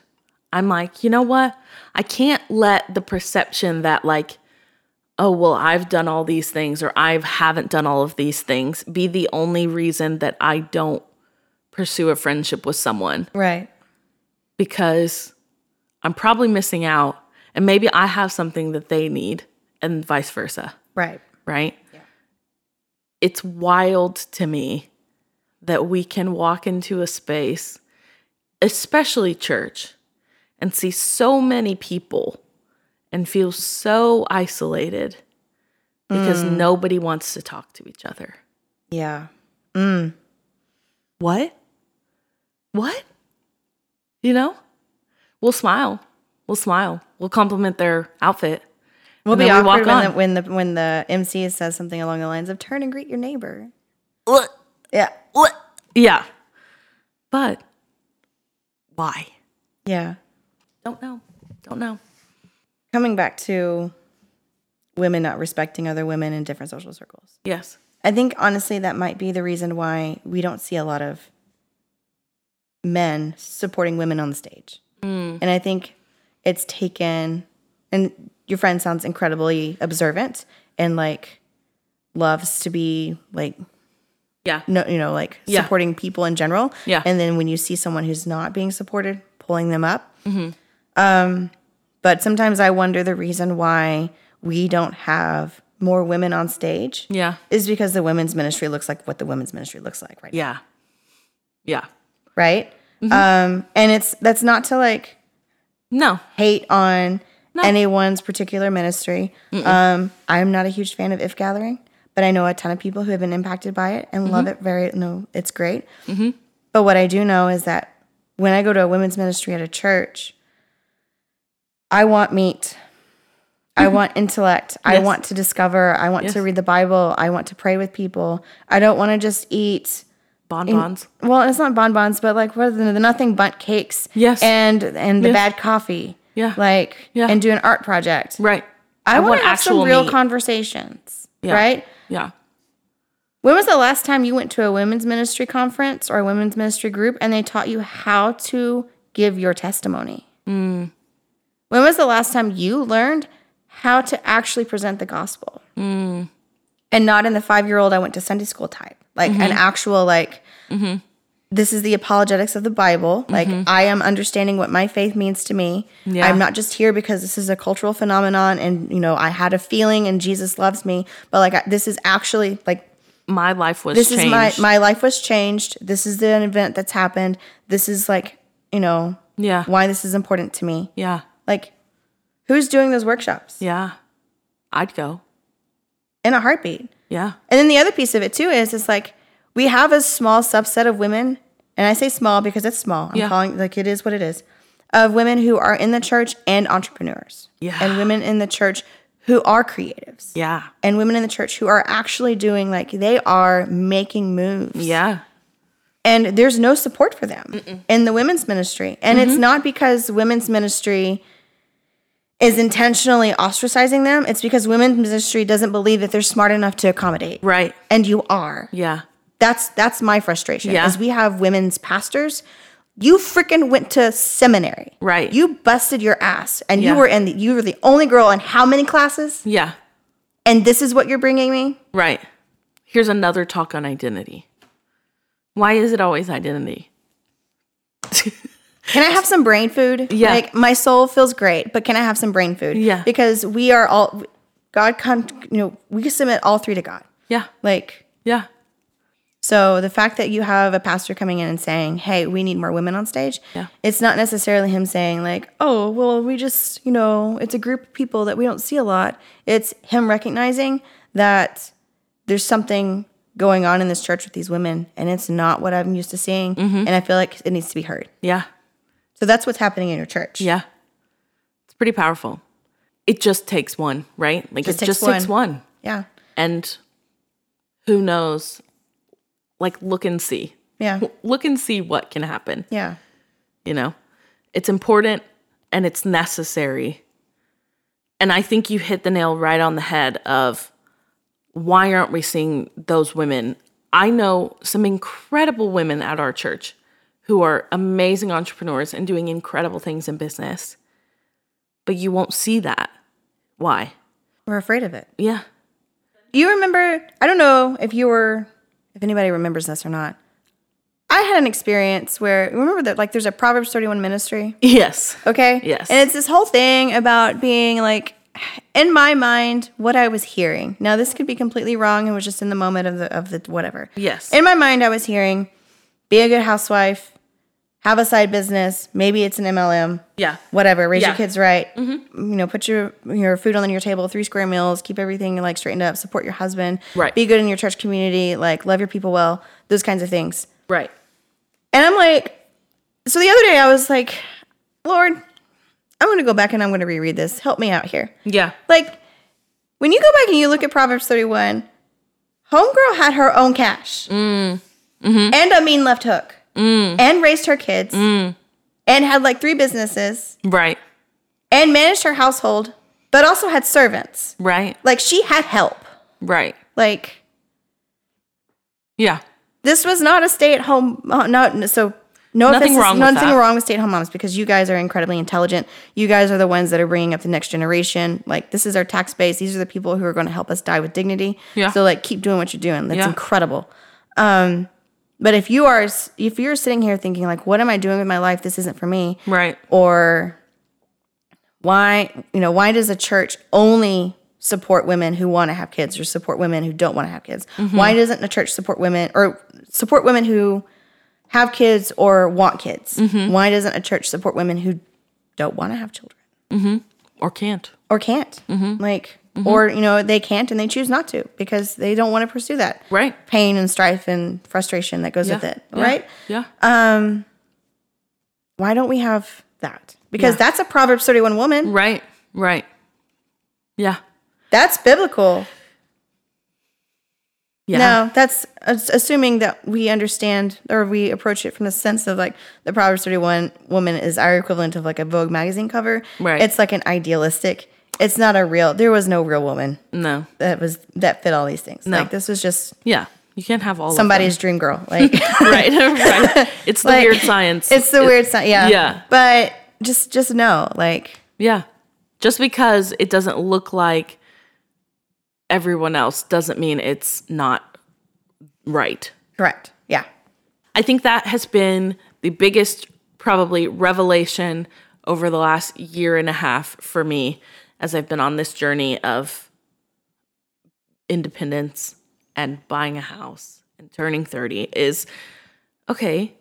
Speaker 1: I'm like, you know what? I can't let the perception that, like, oh, well, I've done all these things or I haven't done all of these things be the only reason that I don't pursue a friendship with someone
Speaker 2: Right.
Speaker 1: because I'm probably missing out and maybe I have something that they need and vice versa,
Speaker 2: Right.
Speaker 1: right? It's wild to me that we can walk into a space, especially church, and see so many people and feel so isolated because nobody wants to talk to each other.
Speaker 2: Yeah.
Speaker 1: What? What? You know? We'll smile. We'll smile. We'll compliment their outfit.
Speaker 2: We'll
Speaker 1: And
Speaker 2: be
Speaker 1: then we
Speaker 2: awkward
Speaker 1: walk on.
Speaker 2: when the, when the when the MC says something along the lines of "Turn and greet your neighbor."
Speaker 1: Ugh,
Speaker 2: Yeah.
Speaker 1: ugh. Yeah. But why?
Speaker 2: Yeah.
Speaker 1: Don't know. Don't know.
Speaker 2: Coming back to women not respecting other women in different social circles.
Speaker 1: Yes.
Speaker 2: I think honestly that might be the reason why we don't see a lot of men supporting women on the stage.
Speaker 1: Mm.
Speaker 2: And I think it's taken and your friend sounds incredibly observant and like loves to be like
Speaker 1: Yeah.
Speaker 2: no, you know, like
Speaker 1: Yeah.
Speaker 2: supporting people in general.
Speaker 1: Yeah.
Speaker 2: And then when you see someone who's not being supported, pulling them up. Um,
Speaker 1: Mm-hmm.
Speaker 2: but sometimes I wonder the reason why we don't have more women on stage
Speaker 1: Yeah.
Speaker 2: is because the women's ministry looks like what the women's ministry looks like right
Speaker 1: Yeah. Mm-hmm. Yeah.
Speaker 2: now, right? Um, and it's that's not to like
Speaker 1: No.
Speaker 2: hate on anyone's particular ministry. Um, I'm not a huge fan of If Gathering, but I know a ton of people who have been impacted by it and love
Speaker 1: Mm-hmm.
Speaker 2: it very. No, it's great. But what I do know is that when I go to a women's ministry at a church, I want meat. I want intellect. I
Speaker 1: Mm-hmm. Yes.
Speaker 2: want to discover. I want to read the Bible. I want to pray with people. I don't want to just eat
Speaker 1: Bonbons.
Speaker 2: well, it's not bonbons, but like what are the, the nothing but cakes.
Speaker 1: Yes.
Speaker 2: And and the
Speaker 1: Yes.
Speaker 2: bad coffee.
Speaker 1: Yeah.
Speaker 2: Like
Speaker 1: Yeah.
Speaker 2: and do an art project.
Speaker 1: right.
Speaker 2: I, want
Speaker 1: want
Speaker 2: to have some
Speaker 1: actual
Speaker 2: real
Speaker 1: meat.
Speaker 2: conversations.
Speaker 1: Yeah.
Speaker 2: Right?
Speaker 1: Yeah.
Speaker 2: When was the last time you went to a women's ministry conference or a women's ministry group and they taught you how to give your testimony? When was the last time you learned how to actually present the gospel? And not in the five year old I went to Sunday school type, like an actual, like, this is the apologetics of the Bible. Like, I am understanding what my faith means to me.
Speaker 1: Yeah.
Speaker 2: I'm not just here because this is a cultural phenomenon and, you know, I had a feeling and Jesus loves me. But, like, I, this is actually, like,
Speaker 1: My life was
Speaker 2: this
Speaker 1: changed.
Speaker 2: is my my life was changed this is an event that's happened this is like you know
Speaker 1: yeah.
Speaker 2: why this is important to me
Speaker 1: Yeah.
Speaker 2: like who's doing those workshops
Speaker 1: Yeah. I'd go.
Speaker 2: in a heartbeat
Speaker 1: Yeah.
Speaker 2: and then the other piece of it too is it's like we have a small subset of women and i say small because it's small i'm
Speaker 1: Yeah.
Speaker 2: calling like it is what it is of women who are in the church and entrepreneurs
Speaker 1: Yeah.
Speaker 2: and women in the church who are creatives
Speaker 1: Yeah.
Speaker 2: and women in the church who are actually doing like they are making moves
Speaker 1: Yeah.
Speaker 2: and there's no support for them in the women's ministry. And
Speaker 1: Mm-hmm.
Speaker 2: it's not because women's ministry is intentionally ostracizing them, it's because women's ministry doesn't believe that they're smart enough to accommodate.
Speaker 1: Right.
Speaker 2: And you are.
Speaker 1: Yeah.
Speaker 2: That's that's my frustration.
Speaker 1: Yeah.
Speaker 2: Is we have women's pastors. You freaking went to seminary.
Speaker 1: Right.
Speaker 2: You busted your ass and
Speaker 1: Yeah.
Speaker 2: you were in the, you were the only girl in how many classes?
Speaker 1: Yeah.
Speaker 2: And this is what you're bringing me?
Speaker 1: Right. Here's another talk on identity. Why is it always identity?
Speaker 2: Can I have some brain food?
Speaker 1: Yeah.
Speaker 2: Like my soul feels great, but can I have some brain food?
Speaker 1: Yeah.
Speaker 2: Because we are all God come you know, we submit all three to God.
Speaker 1: Yeah.
Speaker 2: Like
Speaker 1: Yeah.
Speaker 2: so the fact that you have a pastor coming in and saying, Hey, we need more women on stage,
Speaker 1: Yeah.
Speaker 2: it's not necessarily him saying like, Oh, well, we just, you know, it's a group of people that we don't see a lot. It's him recognizing that there's something going on in this church with these women and it's not what I'm used to seeing.
Speaker 1: Mm-hmm.
Speaker 2: And I feel like it needs to be heard.
Speaker 1: Yeah.
Speaker 2: So that's what's happening in your church.
Speaker 1: Yeah. It's pretty powerful. It just takes one, right? Like
Speaker 2: Just
Speaker 1: it just
Speaker 2: takes
Speaker 1: takes one.
Speaker 2: Yeah.
Speaker 1: And who knows? Like look and see.
Speaker 2: Yeah.
Speaker 1: Look and see what can happen,
Speaker 2: Yeah.
Speaker 1: you know? It's important and it's necessary. And I think you hit the nail right on the head of why aren't we seeing those women? I know some incredible women at our church who are amazing entrepreneurs and doing incredible things in business. But you won't see that. Why?
Speaker 2: We're afraid of it.
Speaker 1: Yeah.
Speaker 2: Do you remember? I don't know if you were, if anybody remembers this or not. I had an experience where, remember that, like, there's a Proverbs 31 ministry,
Speaker 1: Yes.
Speaker 2: okay?
Speaker 1: Yes.
Speaker 2: And it's this whole thing about being like, in my mind, what I was hearing. Now, this could be completely wrong and was just in the moment of the, of the whatever.
Speaker 1: Yes.
Speaker 2: In my mind, I was hearing, be a good housewife, have a side business, maybe it's an MLM,
Speaker 1: yeah.
Speaker 2: whatever, raise your
Speaker 1: Yeah. Mm-hmm.
Speaker 2: kids right. You know, put your your food on your table, three square meals, keep everything like straightened up, support your husband,
Speaker 1: Right.
Speaker 2: Be good in your church community, like love your people well, those kinds of things.
Speaker 1: Right.
Speaker 2: And I'm like, so the other day I was like, Lord, I'm gonna go back and I'm gonna reread this. Help me out here.
Speaker 1: Yeah.
Speaker 2: Like, when you go back and you look at Proverbs 31, homegirl had her own cash
Speaker 1: Mm. Mm-hmm.
Speaker 2: and a mean left hook and raised her kids
Speaker 1: Mm.
Speaker 2: and had like three businesses
Speaker 1: Right.
Speaker 2: and managed her household, but also had servants.
Speaker 1: Right.
Speaker 2: Like she had help.
Speaker 1: Right.
Speaker 2: Like
Speaker 1: Yeah.
Speaker 2: this was not a stay at home. Not so. No
Speaker 1: Nothing
Speaker 2: offense,
Speaker 1: wrong with
Speaker 2: nothing
Speaker 1: that.
Speaker 2: wrong with stay-at-home moms because you guys are incredibly intelligent. You guys are the ones that are bringing up the next generation. Like this is our tax base. These are the people who are going to help us die with dignity.
Speaker 1: Yeah.
Speaker 2: So like keep doing what you're doing. That's
Speaker 1: Yeah.
Speaker 2: incredible. Um, but if you are s- if you're sitting here thinking like, what am I doing with my life? This isn't for me.
Speaker 1: Right.
Speaker 2: Or why you know why does a church only support women who want to have kids or support women who don't want to have kids?
Speaker 1: Mm-hmm.
Speaker 2: Why doesn't the church support women or support women who have kids or want kids.
Speaker 1: Mm-hmm.
Speaker 2: Why doesn't a church support women who don't want to have children
Speaker 1: Or can't.
Speaker 2: or can't?
Speaker 1: Mm-hmm.
Speaker 2: Like, or, you know, they can't and they choose not to because they don't want to pursue that
Speaker 1: Right.
Speaker 2: pain and strife and frustration that goes with it,
Speaker 1: Yeah.
Speaker 2: right?
Speaker 1: Yeah.
Speaker 2: Um, Why don't we have that? Because
Speaker 1: Yeah.
Speaker 2: that's a Proverbs 31 woman.
Speaker 1: right. Right. Yeah.
Speaker 2: That's biblical.
Speaker 1: Yeah.
Speaker 2: No, that's as- assuming that we understand or we approach it from the sense of like the Proverbs 31 woman is our equivalent of like a Vogue magazine cover.
Speaker 1: Right.
Speaker 2: It's like an idealistic. It's not a real. There was no real woman
Speaker 1: No.
Speaker 2: that was that fit all these things.
Speaker 1: No.
Speaker 2: Like this was just
Speaker 1: Yeah. You can't have all of
Speaker 2: somebody's dream girl. Like
Speaker 1: them. right. right. It's the
Speaker 2: like,
Speaker 1: weird science.
Speaker 2: It's the weird science. Yeah.
Speaker 1: yeah.
Speaker 2: But just just know like
Speaker 1: Yeah. Just because it doesn't look like everyone else doesn't mean it's not right.
Speaker 2: correct. Yeah.
Speaker 1: I think that has been the biggest, probably, revelation over the last year and a half for me as I've been on this journey of independence and buying a house and turning 30 is okay,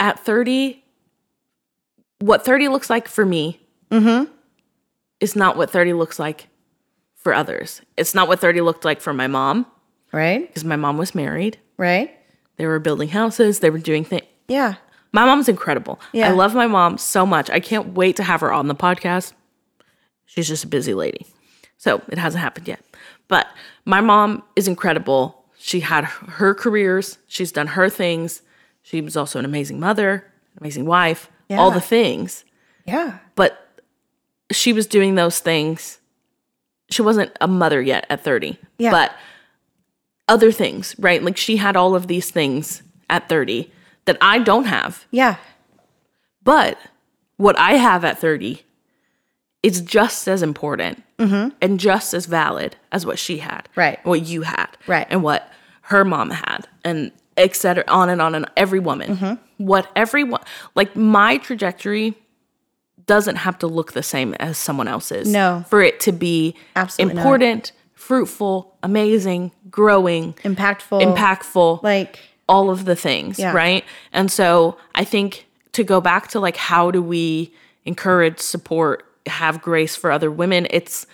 Speaker 1: at 30, what 30 looks like for me is not what 30 looks like for others. It's not what 30 looked like for my mom
Speaker 2: Right.
Speaker 1: because my mom was married.
Speaker 2: Right.
Speaker 1: They were building houses. They were doing things.
Speaker 2: Yeah.
Speaker 1: My mom's incredible.
Speaker 2: Yeah.
Speaker 1: I love my mom so much. I can't wait to have her on the podcast. She's just a busy lady. So it hasn't happened yet. But my mom is incredible. She had her careers, she's done her things. She was also an amazing mother, amazing wife, all
Speaker 2: Yeah.
Speaker 1: the things
Speaker 2: Yeah.
Speaker 1: but she was doing those things. She wasn't a mother yet at 30.
Speaker 2: Yeah.
Speaker 1: But other things, right? Like she had all of these things at 30 that I don't have.
Speaker 2: Yeah.
Speaker 1: But what I have at 30 is just as important and just as valid as what she had.
Speaker 2: Mm-hmm. Right.
Speaker 1: What you had.
Speaker 2: Right.
Speaker 1: And what her mom had. And et cetera, on and on and every woman.
Speaker 2: Mm-hmm.
Speaker 1: What everyone, like my trajectory doesn't have to look the same as someone else's.
Speaker 2: No.
Speaker 1: For it to be
Speaker 2: Absolutely not.
Speaker 1: important, fruitful, amazing, growing,
Speaker 2: Impactful.
Speaker 1: impactful
Speaker 2: Like
Speaker 1: all of the things,
Speaker 2: Yeah.
Speaker 1: right? And so I think to go back to like how do we encourage, support, have grace for other women, it's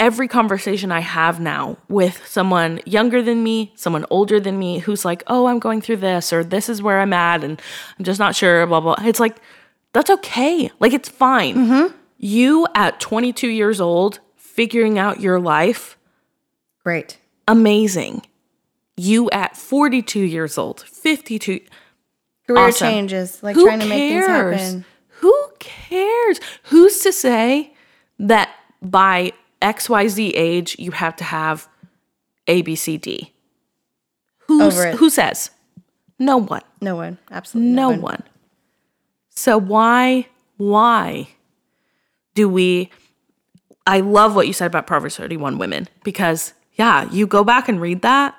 Speaker 1: every conversation I have now with someone younger than me, someone older than me who's like, "Oh, I'm going through this or this is where I'm at and I'm just not sure, blah blah." It's like that's okay. Like it's fine. You at 22 years old figuring out your life
Speaker 2: great.
Speaker 1: amazing. You at 42 years old, 52,
Speaker 2: career
Speaker 1: Awesome.
Speaker 2: changes, like
Speaker 1: who
Speaker 2: trying to make things
Speaker 1: cares?
Speaker 2: happen.
Speaker 1: Who cares? Who's to say that by XYZ age you have to have ABCD? Who's,
Speaker 2: Over it.
Speaker 1: who says? No one.
Speaker 2: No one, absolutely
Speaker 1: No
Speaker 2: no,
Speaker 1: one. So why why do we I love what you said about Proverbs 31 women because yeah, you go back and read that.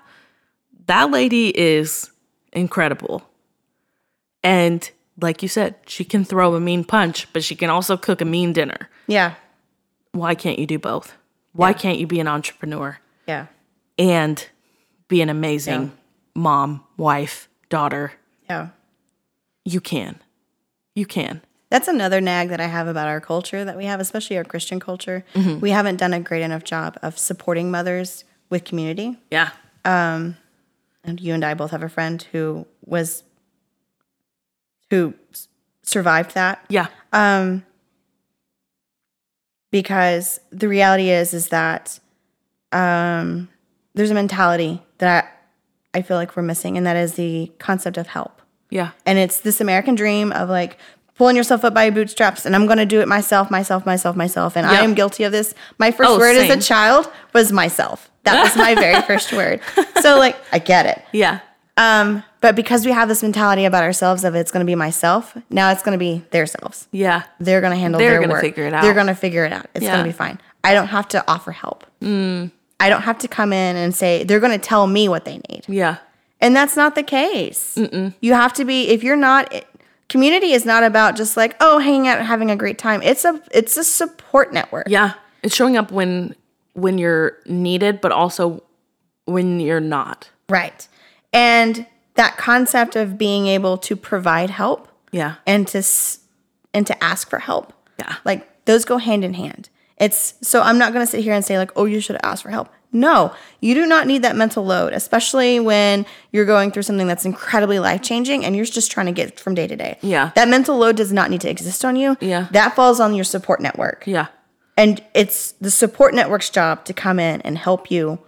Speaker 1: That lady is incredible. And like you said, she can throw a mean punch, but she can also cook a mean dinner.
Speaker 2: Yeah,
Speaker 1: Why can't you do both? Why can't you be an entrepreneur?
Speaker 2: yeah,
Speaker 1: and be an amazing mom, wife, daughter.
Speaker 2: yeah.
Speaker 1: You can. You can.
Speaker 2: That's another nag that I have about our culture that we have, especially our Christian culture.
Speaker 1: Mm-hmm.
Speaker 2: We haven't done a great enough job of supporting mothers with community.
Speaker 1: Yeah.
Speaker 2: And you and I both have a friend who was who s- survived that
Speaker 1: Yeah.
Speaker 2: um because the reality is is that um there's a mentality that I, I feel like we're missing and that is the concept of help
Speaker 1: Yeah.
Speaker 2: and it's this american dream of like pulling yourself up by your bootstraps and i'm going to do it myself myself myself myself and i
Speaker 1: Yep.
Speaker 2: am guilty of this my first
Speaker 1: Oh,
Speaker 2: word
Speaker 1: same.
Speaker 2: as a child was myself that was my very first word so like i get it
Speaker 1: Yeah.
Speaker 2: um, But because we have this mentality about ourselves of it's going to be myself, now it's going to be their selves.
Speaker 1: Yeah.
Speaker 2: They're going to handle
Speaker 1: They're
Speaker 2: their
Speaker 1: gonna
Speaker 2: work.
Speaker 1: figure it out.
Speaker 2: They're going to figure it out. It's
Speaker 1: Yeah. Mm.
Speaker 2: going to be fine. I don't have to offer help. I don't have to come in and say they're going to tell me what they need.
Speaker 1: Yeah.
Speaker 2: And that's not the case. You have to be if you're not it- community is not about just like oh hanging out and having a great time. It's a it's a support network.
Speaker 1: Yeah. It's showing up when when you're needed, but also when you're not.
Speaker 2: Right. And that concept of being able to provide help
Speaker 1: Yeah.
Speaker 2: and to s- and to ask for help.
Speaker 1: Yeah.
Speaker 2: Like those go hand in hand. It's so I'm not going to sit here and say like, "Oh, you should ask for help." No, you do not need that mental load, especially when you're going through something that's incredibly life-changing and you're just trying to get from day to day.
Speaker 1: Yeah.
Speaker 2: That mental load does not need to exist on you.
Speaker 1: Yeah.
Speaker 2: That falls on your support network.
Speaker 1: Yeah.
Speaker 2: And it's the support network's job to come in and help you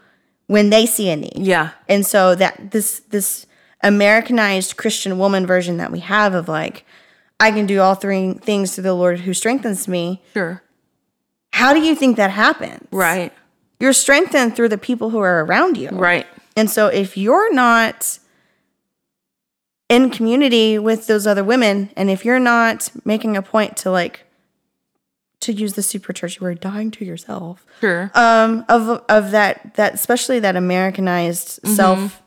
Speaker 2: when they see a need.
Speaker 1: Yeah.
Speaker 2: And so that this this Americanized Christian woman version that we have of like, I can do all three things through the Lord who strengthens me.
Speaker 1: Sure.
Speaker 2: How do you think that happens?
Speaker 1: Right.
Speaker 2: You're strengthened through the people who are around you.
Speaker 1: Right.
Speaker 2: And so if you're not in community with those other women, and if you're not making a point to like to use the super churchy word, dying to yourself,
Speaker 1: Sure.
Speaker 2: um of of that that especially that americanized self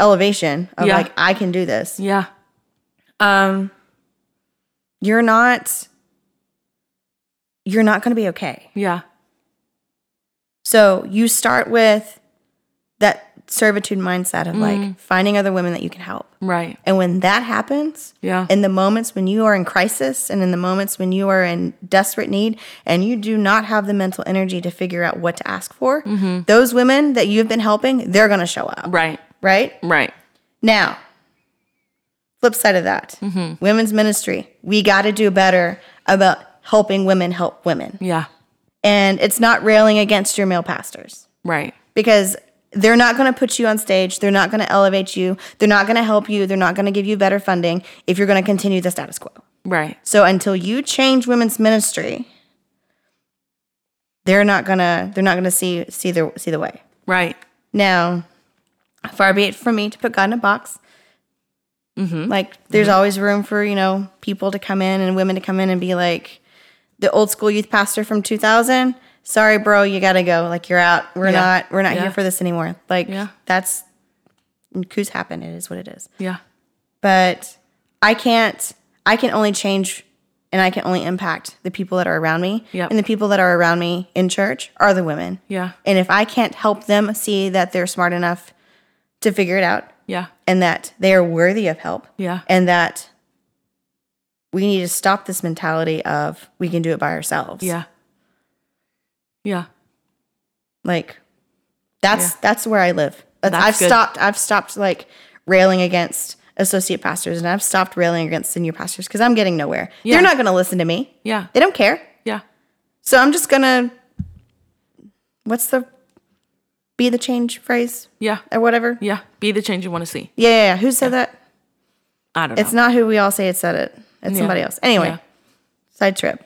Speaker 2: elevation of
Speaker 1: Yeah.
Speaker 2: like i can do this
Speaker 1: yeah.
Speaker 2: um you're not you're not going to be okay
Speaker 1: Yeah.
Speaker 2: so you start with that servitude mindset of like finding other women that you can help
Speaker 1: Right.
Speaker 2: and when that happens
Speaker 1: Yeah.
Speaker 2: in the moments when you are in crisis and in the moments when you are in desperate need and you do not have the mental energy to figure out what to ask for, those women that you've been helping, they're going to show up,
Speaker 1: right.
Speaker 2: right?
Speaker 1: Right.
Speaker 2: Now, flip side of that women's ministry, we got to do better about helping women help women.
Speaker 1: Yeah.
Speaker 2: And it's not railing against your male pastors
Speaker 1: Right.
Speaker 2: because they're not going to put you on stage. They're not going to elevate you. They're not going to help you. They're not going to give you better funding if you're going to continue the status quo.
Speaker 1: Right.
Speaker 2: So until you change women's ministry, they're not gonna they're not gonna see see the see the way.
Speaker 1: Right.
Speaker 2: Now, far be it from me to put God in a box.
Speaker 1: Mm-hmm.
Speaker 2: Like there's always room for you know people to come in and women to come in and be like the old school youth pastor from 2000. Sorry, bro, you gotta go. Like you're out. We're
Speaker 1: Yeah.
Speaker 2: not we're not
Speaker 1: Yeah.
Speaker 2: here for this anymore. Like
Speaker 1: Yeah.
Speaker 2: that's coups happen. It is what it is
Speaker 1: Yeah.
Speaker 2: but I can't I can only change and I can only impact the people that are around me.
Speaker 1: Yep.
Speaker 2: And the people that are around me in church are the women.
Speaker 1: Yeah.
Speaker 2: And if I can't help them see that they're smart enough to figure it out
Speaker 1: Yeah.
Speaker 2: and that they are worthy of help
Speaker 1: Yeah.
Speaker 2: and that we need to stop this mentality of we can do it by ourselves.
Speaker 1: Yeah. Yeah.
Speaker 2: Like that's that's where I live. That's,
Speaker 1: That's
Speaker 2: I've
Speaker 1: good.
Speaker 2: stopped I've stopped like railing against associate pastors and I've stopped railing against senior pastors because I'm getting nowhere.
Speaker 1: Yeah.
Speaker 2: They're not gonna listen to me.
Speaker 1: Yeah.
Speaker 2: They don't care.
Speaker 1: Yeah.
Speaker 2: So I'm just gonna what's the be the change phrase
Speaker 1: Yeah.
Speaker 2: or whatever?
Speaker 1: Yeah. Be the change you want to see.
Speaker 2: Yeah, yeah, yeah. Who said that?
Speaker 1: I don't know.
Speaker 2: It's not who we all say it said it. It's somebody else. Anyway,
Speaker 1: Yeah.
Speaker 2: side trip.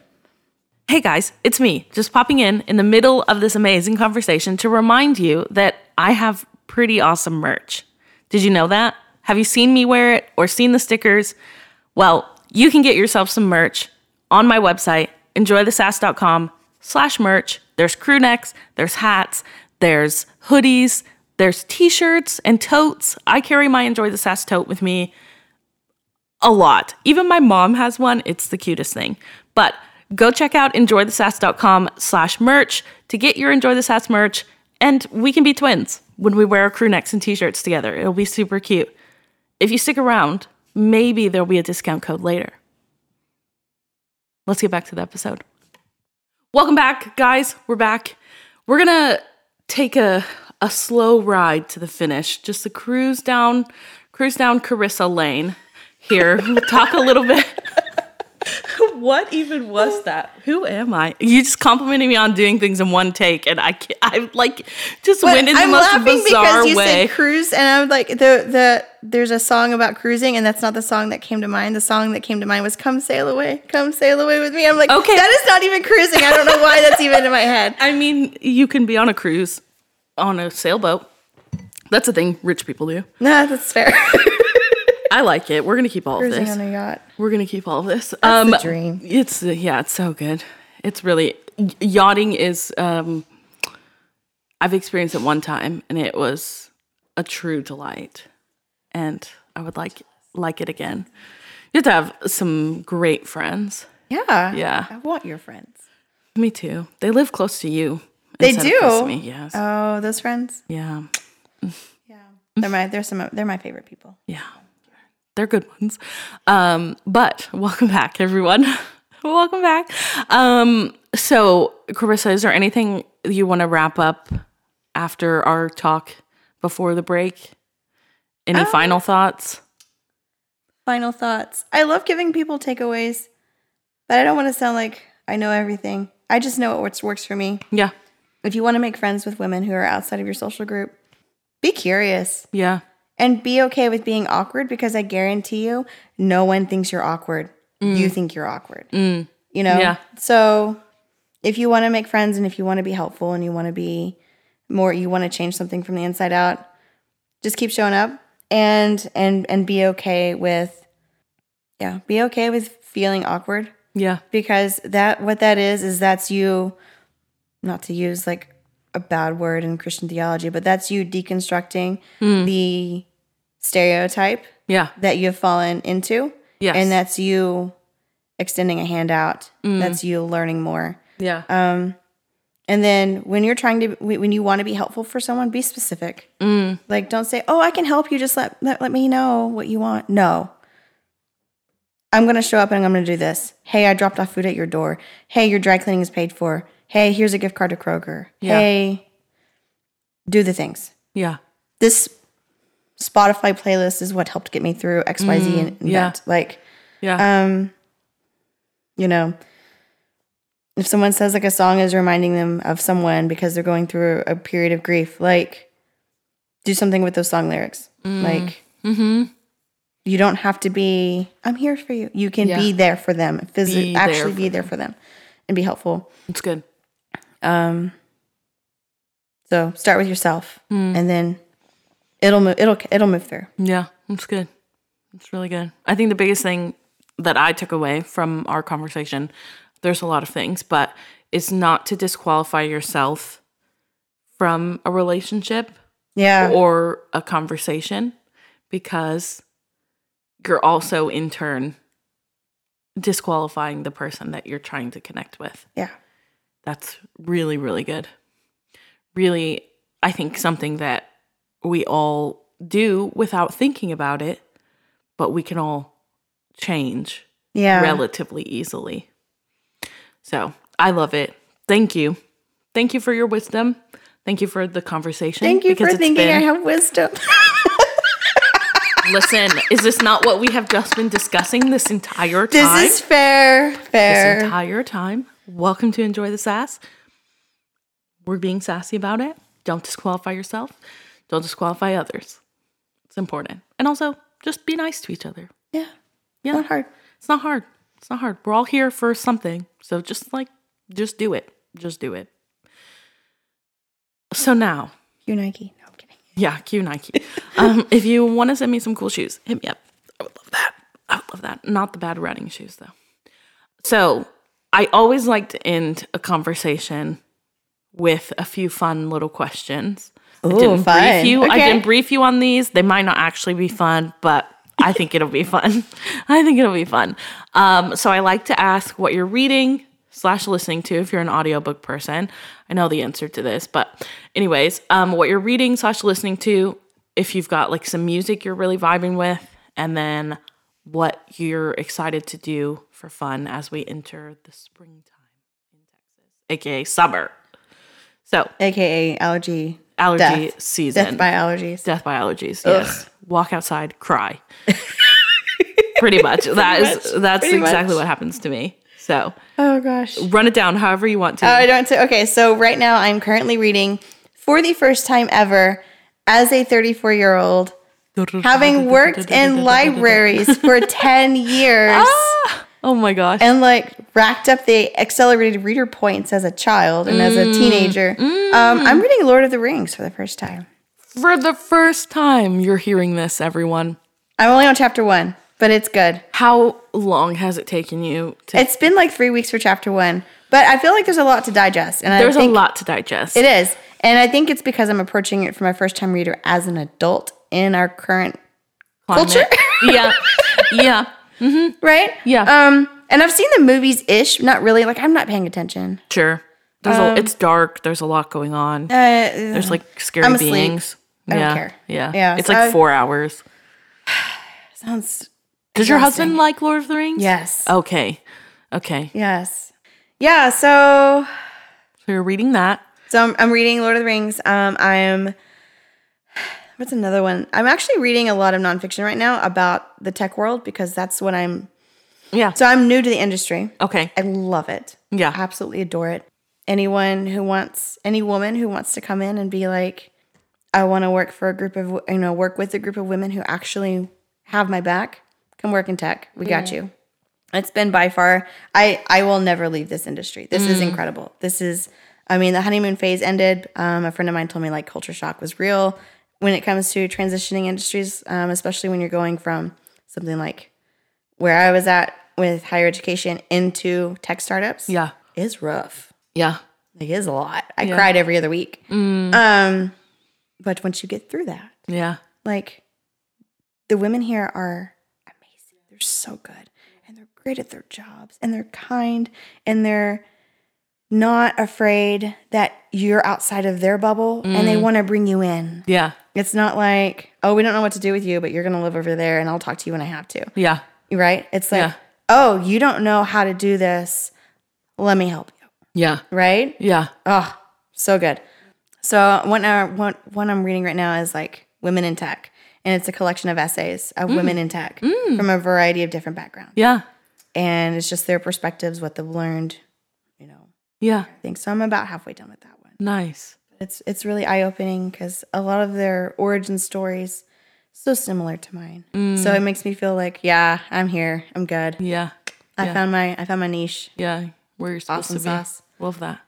Speaker 1: Hey guys, it's me, just popping in in the middle of this amazing conversation to remind you that I have pretty awesome merch. Did you know that? Have you seen me wear it or seen the stickers? Well, you can get yourself some merch on my website, enjoythesass.com slash merch. There's crew necks, there's hats, there's hoodies, there's t-shirts and totes. I carry my Enjoy the Sass tote with me a lot. Even my mom has one. It's the cutest thing. But go check out enjoythesass.com slash merch to get your Enjoy the Sass merch. And we can be twins when we wear our crew necks and t-shirts together. It'll be super cute. If you stick around, maybe there'll be a discount code later. Let's get back to the episode. Welcome back, guys. We're back. We're gonna take a a slow ride to the finish, just to cruise down, cruise down Carissa Lane. Here, talk a little bit. what even was that? Who am I? You just complimented me on doing things in one take, and I can't, I like just went in the
Speaker 2: I'm
Speaker 1: most
Speaker 2: laughing
Speaker 1: bizarre
Speaker 2: because you
Speaker 1: way.
Speaker 2: said cruise, and I'm like the the there's a song about cruising, and that's not the song that came to mind. The song that came to mind was "Come Sail Away, Come Sail Away with Me." I'm like,
Speaker 1: Okay.
Speaker 2: okay, that is not even cruising. I don't know why that's even in my head.
Speaker 1: I mean, you can be on a cruise, on a sailboat, That's a thing rich people do.
Speaker 2: Nah, that's fair.
Speaker 1: I like it. We're gonna keep all of
Speaker 2: Cruising
Speaker 1: this.
Speaker 2: on a yacht.
Speaker 1: We're gonna keep all of this. um,
Speaker 2: the dream.
Speaker 1: It's yeah, it's so good. It's really y- yachting is. Um, I've experienced it one time, and it was a true delight, and I would like like it again. You have to have some great friends.
Speaker 2: Yeah.
Speaker 1: Yeah.
Speaker 2: I want your friends.
Speaker 1: Me too. They live close to you.
Speaker 2: They
Speaker 1: instead of
Speaker 2: do?
Speaker 1: Close to me. Yes.
Speaker 2: Oh, those friends.
Speaker 1: yeah.
Speaker 2: Yeah. They're my they're some of- they're my favorite people.
Speaker 1: Yeah. They're good ones. Um, but welcome back, everyone. welcome back. Um, so, Carissa, is there anything you want to wrap up after our talk before the break? Any
Speaker 2: Um,
Speaker 1: final thoughts?
Speaker 2: Final thoughts. I love giving people takeaways, but I don't want to sound like I know everything. I just know what works works for me.
Speaker 1: Yeah.
Speaker 2: If you want to make friends with women who are outside of your social group, be curious
Speaker 1: Yeah.
Speaker 2: and be okay with being awkward because I guarantee you no one thinks you're awkward. You think you're awkward. You know?
Speaker 1: Yeah.
Speaker 2: So if you want to make friends and if you want to be helpful and you want to be more you want to change something from the inside out, just keep showing up and and and be okay with yeah, be okay with feeling awkward
Speaker 1: Yeah.
Speaker 2: because that what that is is that's you not to use like a bad word in christian theology but that's you deconstructing the stereotype
Speaker 1: Yeah.
Speaker 2: that you've fallen into
Speaker 1: Yes.
Speaker 2: and that's you extending a hand out that's you learning more
Speaker 1: Yeah.
Speaker 2: um and then when you're trying to when you want to be helpful for someone be specific
Speaker 1: Mm.
Speaker 2: like don't say oh i can help you just let let, let me know what you want no i'm going to show up and i'm going to do this hey i dropped off food at your door hey your dry cleaning is paid for hey here's a gift card to kroger
Speaker 1: Yeah.
Speaker 2: hey do the things
Speaker 1: Yeah.
Speaker 2: this spotify playlist is what helped get me through xyz and, and
Speaker 1: Mm, yeah.
Speaker 2: that like
Speaker 1: Yeah.
Speaker 2: um you know if someone says like a song is reminding them of someone because they're going through a period of grief like do something with those song lyrics like
Speaker 1: Mm. mm-hmm.
Speaker 2: you don't have to be i'm here for you you can
Speaker 1: Yeah.
Speaker 2: be there for them physically
Speaker 1: Be there
Speaker 2: actually
Speaker 1: for
Speaker 2: be there for them and be helpful
Speaker 1: It's good.
Speaker 2: um so start with yourself
Speaker 1: Mm.
Speaker 2: and then it'll move it'll it'll move through
Speaker 1: Yeah, it's good. It's really good. I think the biggest thing that I took away from our conversation, there's a lot of things, but it's not to disqualify yourself from a relationship
Speaker 2: yeah
Speaker 1: or a conversation because you're also in turn disqualifying the person that you're trying to connect with.
Speaker 2: yeah
Speaker 1: That's really, really good. Really, I think something that we all do without thinking about it, but we can all change
Speaker 2: yeah
Speaker 1: relatively easily. So I love it. Thank you. Thank you for your wisdom. Thank you for the conversation.
Speaker 2: thank you
Speaker 1: because
Speaker 2: for
Speaker 1: it's
Speaker 2: thinking i
Speaker 1: been-
Speaker 2: have wisdom
Speaker 1: Listen, is this not what we have just been discussing this entire
Speaker 2: This
Speaker 1: time?
Speaker 2: is fair. Fair.
Speaker 1: this entire time. Welcome to Enjoy the Sass. We're being sassy about it. Don't disqualify yourself. Don't disqualify others. It's important. And also, just be nice to each other.
Speaker 2: yeah.
Speaker 1: Yeah.
Speaker 2: Not hard.
Speaker 1: It's not hard. It's not hard. We're all here for something. So just like, just do it. Just do it. So now,
Speaker 2: You Nike. No, I'm kidding.
Speaker 1: yeah, cue Nike. um, if you want to send me some cool shoes, hit me up. I would love that. I would love that. Not the bad running shoes though. So I always like to end a conversation with a few fun little questions. I
Speaker 2: Ooh,
Speaker 1: didn't
Speaker 2: fun.
Speaker 1: brief you. I
Speaker 2: Okay.
Speaker 1: didn't brief you on these. They might not actually be fun, but I think it'll be fun. I think it'll be fun. Um, so I like to ask what you're reading slash listening to if you're an audiobook person. I know the answer to this, but anyways, um, what you're reading slash listening to, if you've got like some music you're really vibing with, and then what you're excited to do for fun as we enter the springtime in Texas, aka summer. So
Speaker 2: AKA allergy.
Speaker 1: allergy
Speaker 2: Death.
Speaker 1: season.
Speaker 2: Death by allergies.
Speaker 1: Death by allergies. Yes. Walk outside, cry. Pretty much. That is that's
Speaker 2: Pretty
Speaker 1: exactly
Speaker 2: much.
Speaker 1: what happens to me. So
Speaker 2: Oh gosh. Oh,
Speaker 1: run it down however you want to.
Speaker 2: I don't say okay, so right now I'm currently reading for the first time ever as a 34 year old, Uh, having worked in libraries for 10 years
Speaker 1: Ah! Oh my gosh.
Speaker 2: and like racked up the accelerated reader Mm. points as a child and as a teenager. Um, I'm reading Lord of the Rings for the first time.
Speaker 1: For the first time, you're hearing this, everyone.
Speaker 2: I'm only on chapter one, but it's good.
Speaker 1: How long has it taken you to?
Speaker 2: It's been like three weeks for chapter one, but I feel like there's a lot to digest. And
Speaker 1: There's
Speaker 2: I
Speaker 1: a
Speaker 2: think
Speaker 1: lot to digest.
Speaker 2: it is. And I think it's because I'm approaching it for my first time reader as an adult in our current culture.
Speaker 1: yeah, yeah.
Speaker 2: right?
Speaker 1: Yeah.
Speaker 2: Um, and I've seen the movies ish, not really. Like I'm not paying attention.
Speaker 1: Sure. There's
Speaker 2: Um,
Speaker 1: a, it's dark. There's a lot going on.
Speaker 2: Uh,
Speaker 1: There's like scary
Speaker 2: I'm asleep.
Speaker 1: beings.
Speaker 2: don't
Speaker 1: yeah,
Speaker 2: care.
Speaker 1: yeah,
Speaker 2: Yeah,
Speaker 1: It's
Speaker 2: so
Speaker 1: like
Speaker 2: I-
Speaker 1: four hours.
Speaker 2: sounds
Speaker 1: Does your husband like Lord of the Rings?
Speaker 2: yes,
Speaker 1: Okay. Okay.
Speaker 2: yes, yeah. So,
Speaker 1: So you're reading that.
Speaker 2: so I'm, I'm reading Lord of the Rings. Um, I'm what's another one? I'm actually reading a lot of nonfiction right now about the tech world because that's what I'm.
Speaker 1: Yeah.
Speaker 2: So I'm new to the industry.
Speaker 1: Okay.
Speaker 2: I love it.
Speaker 1: Yeah.
Speaker 2: absolutely adore it. Anyone who wants, any woman who wants to come in and be like, I want to work for a group of, wo- you know, work with a group of women who actually have my back, come work in tech. We got you. It's been by far, I, I will never leave this industry. This is incredible. This is, I mean, the honeymoon phase ended. Um, a friend of mine told me like culture shock was real when it comes to transitioning industries, um, especially when you're going from something like where I was at with higher education into tech startups
Speaker 1: Yeah.
Speaker 2: is rough.
Speaker 1: Yeah.
Speaker 2: Like it's a lot. I cried every other week. Um, but once you get through that,
Speaker 1: Yeah.
Speaker 2: like the women here are amazing. They're so good, and they're great at their jobs, and they're kind, and they're not afraid that you're outside of their bubble, and they want to bring you in.
Speaker 1: Yeah.
Speaker 2: It's not like, oh, we don't know what to do with you, but you're gonna live over there, and I'll talk to you when I have to.
Speaker 1: Yeah.
Speaker 2: Right? It's like,
Speaker 1: Yeah.
Speaker 2: oh, you don't know how to do this. Let me help you.
Speaker 1: Yeah.
Speaker 2: Right?
Speaker 1: Yeah.
Speaker 2: Oh, so good. So one, uh, one, one I'm reading right now is like Women in Tech, and it's a collection of essays
Speaker 1: Mm.
Speaker 2: of women in tech from a variety of different backgrounds,
Speaker 1: Yeah.
Speaker 2: and it's just their perspectives, what they've learned, you know,
Speaker 1: Yeah.
Speaker 2: things. So I'm about halfway done with that one.
Speaker 1: Nice.
Speaker 2: It's it's really eye opening because a lot of their origin stories so similar to mine.
Speaker 1: Mm.
Speaker 2: So it makes me feel like, yeah, I'm here, I'm good.
Speaker 1: Yeah.
Speaker 2: I found my I found my niche.
Speaker 1: Yeah. Where you're supposed
Speaker 2: Awesome
Speaker 1: to be.
Speaker 2: sauce.
Speaker 1: Love that.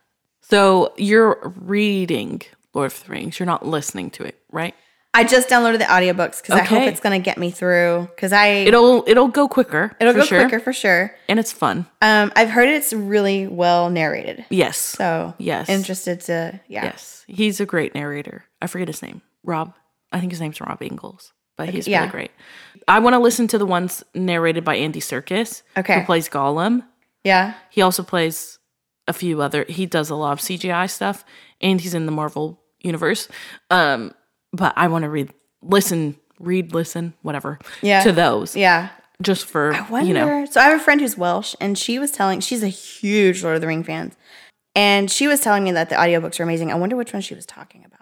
Speaker 1: So you're reading Lord of the Rings. You're not listening to it, right?
Speaker 2: I just downloaded the audiobooks because I hope
Speaker 1: Okay.
Speaker 2: it's gonna get me through. Because I
Speaker 1: It'll it'll go quicker.
Speaker 2: It'll
Speaker 1: for
Speaker 2: go
Speaker 1: sure.
Speaker 2: quicker for sure.
Speaker 1: And it's fun.
Speaker 2: Um, I've heard it's really well narrated.
Speaker 1: Yes.
Speaker 2: So
Speaker 1: Yes.
Speaker 2: interested to yeah.
Speaker 1: Yes. He's a great narrator. I forget his name. Rob. I think his name's Rob Ingalls, but he's
Speaker 2: yeah.
Speaker 1: really great. I want to listen to the ones narrated by Andy Serkis,
Speaker 2: Okay.
Speaker 1: who plays Gollum.
Speaker 2: Yeah.
Speaker 1: He also plays a few other. He does a lot of CGI stuff, and he's in the Marvel universe. Um, but I want to read, listen, read, listen, whatever.
Speaker 2: Yeah.
Speaker 1: To those,
Speaker 2: Yeah.
Speaker 1: just for
Speaker 2: Wonder.
Speaker 1: you know.
Speaker 2: So I have a friend who's Welsh and she was telling she's a huge Lord of the Ring fan. And she was telling me that the audiobooks are amazing. I wonder which one she was talking about.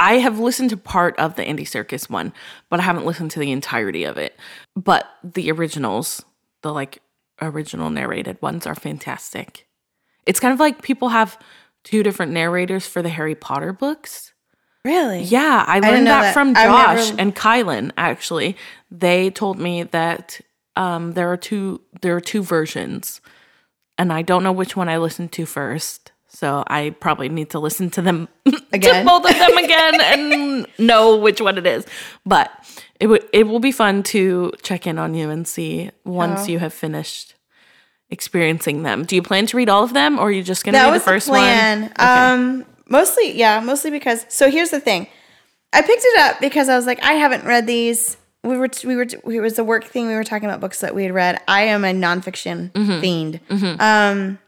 Speaker 1: I have listened to part of the Andy Circus one, but I haven't listened to the entirety of it. But the originals, the like original narrated ones are fantastic. It's kind of like people have two different narrators for the Harry Potter books.
Speaker 2: Really? Yeah.
Speaker 1: Yeah, I
Speaker 2: didn't
Speaker 1: learned
Speaker 2: know
Speaker 1: that,
Speaker 2: that.
Speaker 1: from
Speaker 2: I've
Speaker 1: Josh
Speaker 2: never-
Speaker 1: and Kylan actually. They told me that um, there are two there are two versions and I don't know which one I listened to first. So I probably need to listen to them
Speaker 2: Again?
Speaker 1: to both of them again and know which one it is. But it would it will be fun to check in on you and see
Speaker 2: Oh.
Speaker 1: once you have finished experiencing them. Do you plan to read all of them or are you just going to
Speaker 2: That
Speaker 1: read the
Speaker 2: was
Speaker 1: first
Speaker 2: the plan.
Speaker 1: one?
Speaker 2: Um mostly yeah, mostly because so here's the thing. I picked it up because I was like, I haven't read these. We were we were it was a work thing. We were talking about books that we had read. I am a nonfiction
Speaker 1: Mm-hmm.
Speaker 2: fiend. Um,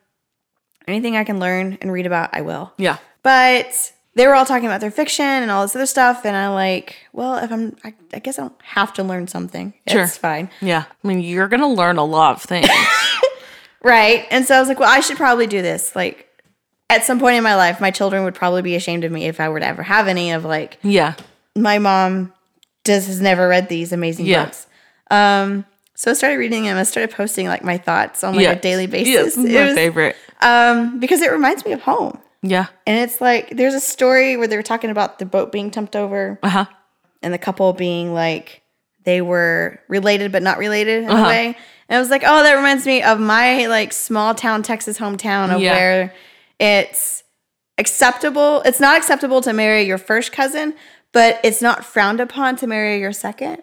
Speaker 2: anything I can learn and read about, I will.
Speaker 1: Yeah.
Speaker 2: But they were all talking about their fiction and all this other stuff, and I like, well, if I'm, I, I guess I don't have to learn something.
Speaker 1: Sure.
Speaker 2: It's fine,
Speaker 1: Yeah. I mean, you're going to learn a lot of things.
Speaker 2: right? And so I was like, well, I should probably do this. Like, at some point in my life, my children would probably be ashamed of me if I were to ever have any of like
Speaker 1: yeah.
Speaker 2: my mom just has never read these amazing
Speaker 1: Yeah.
Speaker 2: books. Um, so I started reading them. I started posting like my thoughts on like
Speaker 1: Yeah.
Speaker 2: a daily
Speaker 1: Yes,
Speaker 2: basis.
Speaker 1: my
Speaker 2: It was-
Speaker 1: favorite.
Speaker 2: um, because it reminds me of home.
Speaker 1: Yeah.
Speaker 2: And it's like there's a story where they were talking about the boat being dumped over
Speaker 1: Uh-huh.
Speaker 2: and the couple being like they were related but not related in a way. And I was like, oh, that reminds me of my like small town Texas hometown of
Speaker 1: Yeah.
Speaker 2: where it's acceptable. It's not acceptable to marry your first cousin, but it's not frowned upon to marry your second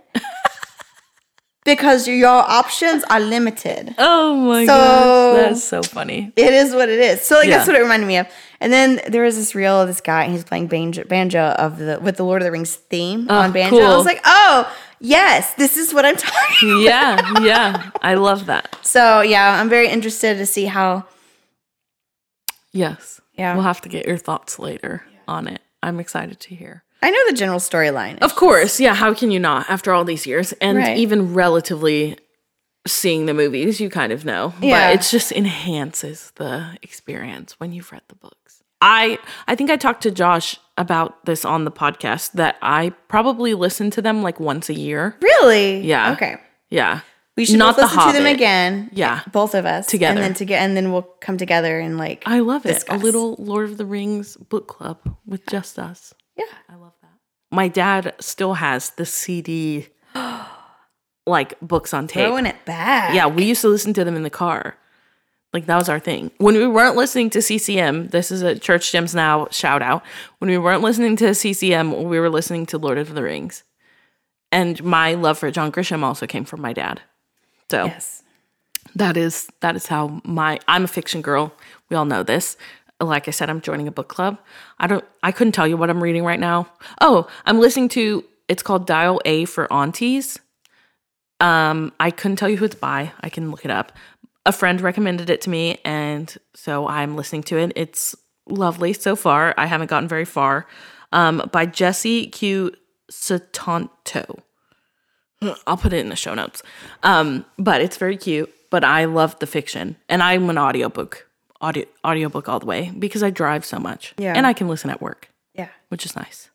Speaker 2: because your options are limited.
Speaker 1: Oh my
Speaker 2: So-
Speaker 1: gosh, that's so funny.
Speaker 2: It is what it is. So like that's
Speaker 1: Yeah.
Speaker 2: what it reminded me of. And then there was this reel of this guy and he's playing banjo, banjo of the with the Lord of the Rings theme on banjo. I
Speaker 1: Ah, cool.
Speaker 2: was like, oh yes, this is what I'm talking.
Speaker 1: Yeah,
Speaker 2: about.
Speaker 1: yeah, I love that.
Speaker 2: So yeah, I'm very interested to see how.
Speaker 1: Yes.
Speaker 2: Yeah.
Speaker 1: We'll have to get your thoughts later on it. I'm excited to hear.
Speaker 2: I know the general storyline.
Speaker 1: Of course. Yeah. How can you not after all these years? And
Speaker 2: Right.
Speaker 1: even relatively seeing the movies, you kind of know.
Speaker 2: Yeah.
Speaker 1: But it just enhances the experience when you've read the books. I I think I talked to Josh about this on the podcast that I probably listen to them like once a year.
Speaker 2: Really?
Speaker 1: Yeah.
Speaker 2: Okay.
Speaker 1: Yeah.
Speaker 2: We should
Speaker 1: Not
Speaker 2: not
Speaker 1: The
Speaker 2: listen to them
Speaker 1: Hobbit.
Speaker 2: again.
Speaker 1: Yeah.
Speaker 2: Both of us
Speaker 1: Together.
Speaker 2: and then together, and then we'll come together and like.
Speaker 1: I love it.
Speaker 2: Discuss.
Speaker 1: A little Lord of the Rings book club with just us.
Speaker 2: yeah.
Speaker 1: I love that. My dad still has the CD, like books on tape.
Speaker 2: Throwing it back.
Speaker 1: Yeah, we used to listen to them in the car. Like that was our thing. When we weren't listening to CCM, this is a Church Gems Now shout out. When we weren't listening to CCM, we were listening to Lord of the Rings. And my love for John Grisham also came from my dad. So
Speaker 2: Yes.
Speaker 1: that is that is how my I'm a fiction girl. We all know this. Like I said, I'm joining a book club. I don't I couldn't tell you what I'm reading right now. Oh, I'm listening to it's called Dial A for Aunties. Um, I couldn't tell you who it's by. I can look it up. A friend recommended it to me, and so I'm listening to it. It's lovely so far. I haven't gotten very far. Um, by Jesse Q. Satanto. I'll put it in the show notes. Um, but it's very cute. But I love the fiction, and I'm an audiobook audio audiobook all the way because I drive so much,
Speaker 2: Yeah.
Speaker 1: and I can listen at work,
Speaker 2: Yeah.
Speaker 1: which is nice.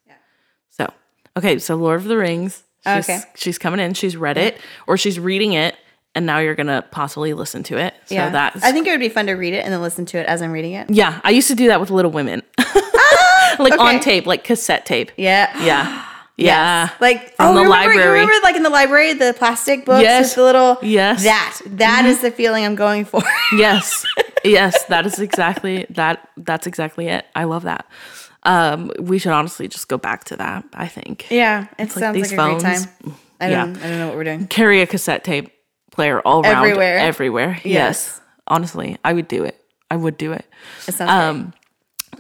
Speaker 1: So okay, so Lord of the Rings. She's,
Speaker 2: Okay.
Speaker 1: she's coming in. She's read it, or she's reading it, and now you're gonna possibly listen to it. So
Speaker 2: yeah.
Speaker 1: that's
Speaker 2: I think it would be fun to read it and then listen to it as I'm reading it.
Speaker 1: yeah. I used to do that with Little Women, like on
Speaker 2: Ah, okay.
Speaker 1: tape, like cassette tape.
Speaker 2: Yeah.
Speaker 1: Yeah, yeah.
Speaker 2: Yes. Like
Speaker 1: From
Speaker 2: oh,
Speaker 1: the
Speaker 2: you remember, you
Speaker 1: library.
Speaker 2: remember, like in the library, the plastic books,
Speaker 1: Yes.
Speaker 2: with the little
Speaker 1: Yes. Mm-hmm.
Speaker 2: That that is the feeling I'm going for.
Speaker 1: yes yes that is exactly that that's exactly it i love that um we should honestly just go back to that i think
Speaker 2: yeah, it sounds
Speaker 1: these
Speaker 2: like a great
Speaker 1: phones.
Speaker 2: time. I
Speaker 1: Yeah.
Speaker 2: don't, I don't know what we're doing.
Speaker 1: carry a cassette tape player all around
Speaker 2: Everywhere.
Speaker 1: everywhere yes.
Speaker 2: Yes.
Speaker 1: honestly i would do it i would do it
Speaker 2: It sounds um,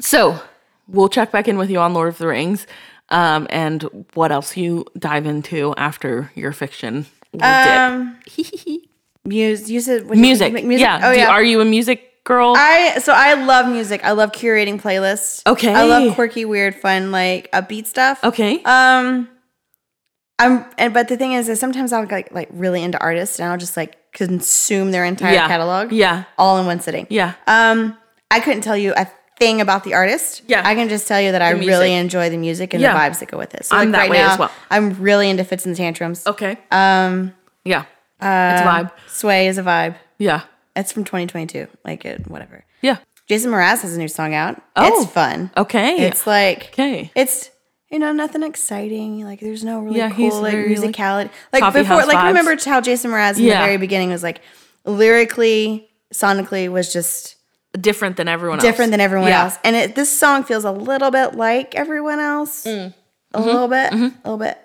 Speaker 1: so we'll check back in with you on lord of the rings um and what else you dive into after your fiction little
Speaker 2: Um,
Speaker 1: dip.
Speaker 2: Muse, use it when you-
Speaker 1: music.
Speaker 2: make
Speaker 1: yeah,
Speaker 2: Oh
Speaker 1: Do-
Speaker 2: yeah. Uh,
Speaker 1: are you a music girl
Speaker 2: I so I love music. I love curating playlists.
Speaker 1: Okay.
Speaker 2: I love quirky, weird, fun, like upbeat stuff.
Speaker 1: okay
Speaker 2: Um, I'm and but the thing is, is sometimes I'll get like really into artists and I'll just like consume their entire
Speaker 1: yeah
Speaker 2: catalog.
Speaker 1: yeah
Speaker 2: all in one sitting.
Speaker 1: yeah
Speaker 2: Um, I couldn't tell you a thing about the artist.
Speaker 1: Yeah.
Speaker 2: I can just tell you that I
Speaker 1: music.
Speaker 2: really enjoy the music and
Speaker 1: Yeah.
Speaker 2: the vibes that go with it. So
Speaker 1: I'm
Speaker 2: like
Speaker 1: that
Speaker 2: right
Speaker 1: way
Speaker 2: now,
Speaker 1: as well. Oh.
Speaker 2: I'm really into fits and tantrums.
Speaker 1: okay
Speaker 2: Um,
Speaker 1: yeah it's a vibe
Speaker 2: Sway is a vibe.
Speaker 1: yeah
Speaker 2: It's from 2022. Like it, whatever.
Speaker 1: yeah
Speaker 2: Jason Mraz has a new song out.
Speaker 1: Oh.
Speaker 2: It's fun.
Speaker 1: Okay.
Speaker 2: It's like
Speaker 1: okay.
Speaker 2: it's you know nothing exciting. Like there's no really
Speaker 1: Yeah,
Speaker 2: cool
Speaker 1: he's
Speaker 2: like
Speaker 1: very, like,
Speaker 2: musicality. Like,
Speaker 1: coffee
Speaker 2: before,
Speaker 1: house
Speaker 2: like
Speaker 1: vibes.
Speaker 2: remember how Jason Mraz in
Speaker 1: Yeah.
Speaker 2: the very beginning was like lyrically, sonically was just
Speaker 1: different than everyone
Speaker 2: different
Speaker 1: else.
Speaker 2: than everyone
Speaker 1: Yeah.
Speaker 2: else. And it, this song feels a little bit like everyone else.
Speaker 1: Mm.
Speaker 2: A
Speaker 1: Mm-hmm.
Speaker 2: little bit, a little bit.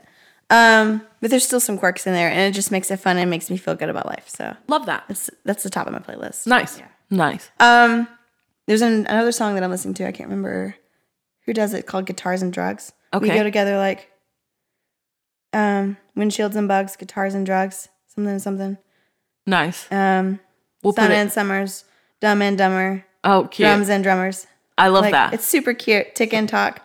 Speaker 2: Um, but there's still some quirks in there, and it just makes it fun and makes me feel good about life. So
Speaker 1: Love that.
Speaker 2: that's, that's the top of my playlist.
Speaker 1: Nice. Nice.
Speaker 2: Um, there's an, another song that I'm listening to. I can't remember who does it called "Guitars and Drugs."
Speaker 1: Okay.
Speaker 2: we go together like um, windshields and bugs, guitars and drugs, something something.
Speaker 1: nice.
Speaker 2: Um,
Speaker 1: We'll put
Speaker 2: Sun
Speaker 1: it.
Speaker 2: and Summers, Dumb and Dumber,
Speaker 1: Oh, cute.
Speaker 2: Drums and Drummers.
Speaker 1: I love
Speaker 2: Like,
Speaker 1: that.
Speaker 2: It's super cute. Tick and talk.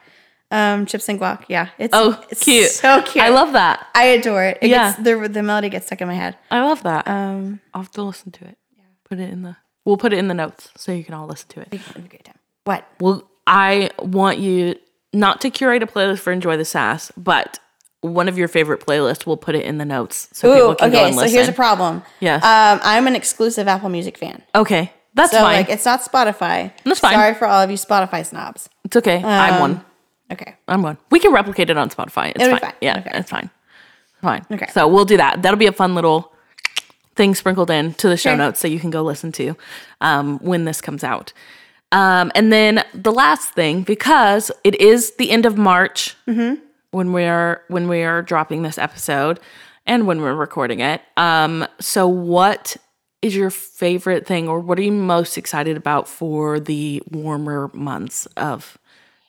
Speaker 2: Um, chips and guac. Yeah. It's
Speaker 1: oh,
Speaker 2: it's
Speaker 1: cute.
Speaker 2: So cute.
Speaker 1: I love that.
Speaker 2: I adore it. it
Speaker 1: Yeah.
Speaker 2: Gets, the the melody gets stuck in my head.
Speaker 1: I love that.
Speaker 2: Um,
Speaker 1: I'll have to listen to it. Put it in the. We'll put it in the notes so you can all listen to it.
Speaker 2: it'd be a great time. What?
Speaker 1: Well, I want you not to curate a playlist for Enjoy the Sass, but one of your favorite playlists. We'll put it in the notes so people
Speaker 2: Ooh.
Speaker 1: can go
Speaker 2: Okay.
Speaker 1: and
Speaker 2: So
Speaker 1: listen.
Speaker 2: here's a problem.
Speaker 1: Yes.
Speaker 2: Um, I'm an exclusive Apple Music fan.
Speaker 1: okay, that's
Speaker 2: So
Speaker 1: fine.
Speaker 2: like, it's not Spotify.
Speaker 1: That's fine.
Speaker 2: Sorry for all of you Spotify snobs.
Speaker 1: it's okay.
Speaker 2: um,
Speaker 1: I'm one.
Speaker 2: Okay.
Speaker 1: I'm one. We can replicate it on Spotify. It's
Speaker 2: It'll
Speaker 1: fine.
Speaker 2: be fine.
Speaker 1: Yeah,
Speaker 2: Okay.
Speaker 1: it's fine. Fine.
Speaker 2: Okay.
Speaker 1: So we'll do that. That'll be a fun little thing sprinkled in to the show
Speaker 2: Sure.
Speaker 1: notes that you can go listen to um, when this comes out. Um, and then the last thing, because it is the end of March when we are when we are dropping this episode and when we're recording it. Um, so what is your favorite thing, or what are you most excited about for the warmer months of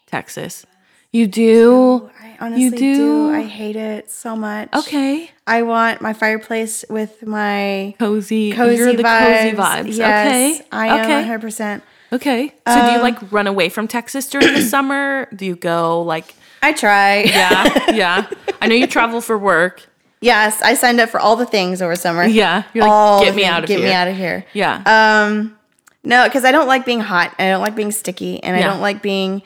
Speaker 1: Texas? You do.
Speaker 2: I honestly
Speaker 1: do?
Speaker 2: do? I hate it so much.
Speaker 1: Okay.
Speaker 2: I want my fireplace with my
Speaker 1: Cozy.
Speaker 2: cozy
Speaker 1: You're the
Speaker 2: vibes.
Speaker 1: cozy vibes.
Speaker 2: Yes,
Speaker 1: okay.
Speaker 2: I am Um,
Speaker 1: okay.
Speaker 2: 100%.
Speaker 1: Okay. So do you like run away from Texas during the summer? Do you go like
Speaker 2: I try.
Speaker 1: yeah, yeah. I know you travel for work.
Speaker 2: Yes, I signed up for all the things over summer.
Speaker 1: Yeah. You're like,
Speaker 2: All
Speaker 1: get
Speaker 2: the
Speaker 1: me
Speaker 2: things,
Speaker 1: out of
Speaker 2: get
Speaker 1: here.
Speaker 2: me out of here.
Speaker 1: Yeah.
Speaker 2: Um, no, because I don't like being hot. And I don't like being sticky, and
Speaker 1: Yeah.
Speaker 2: I don't like being.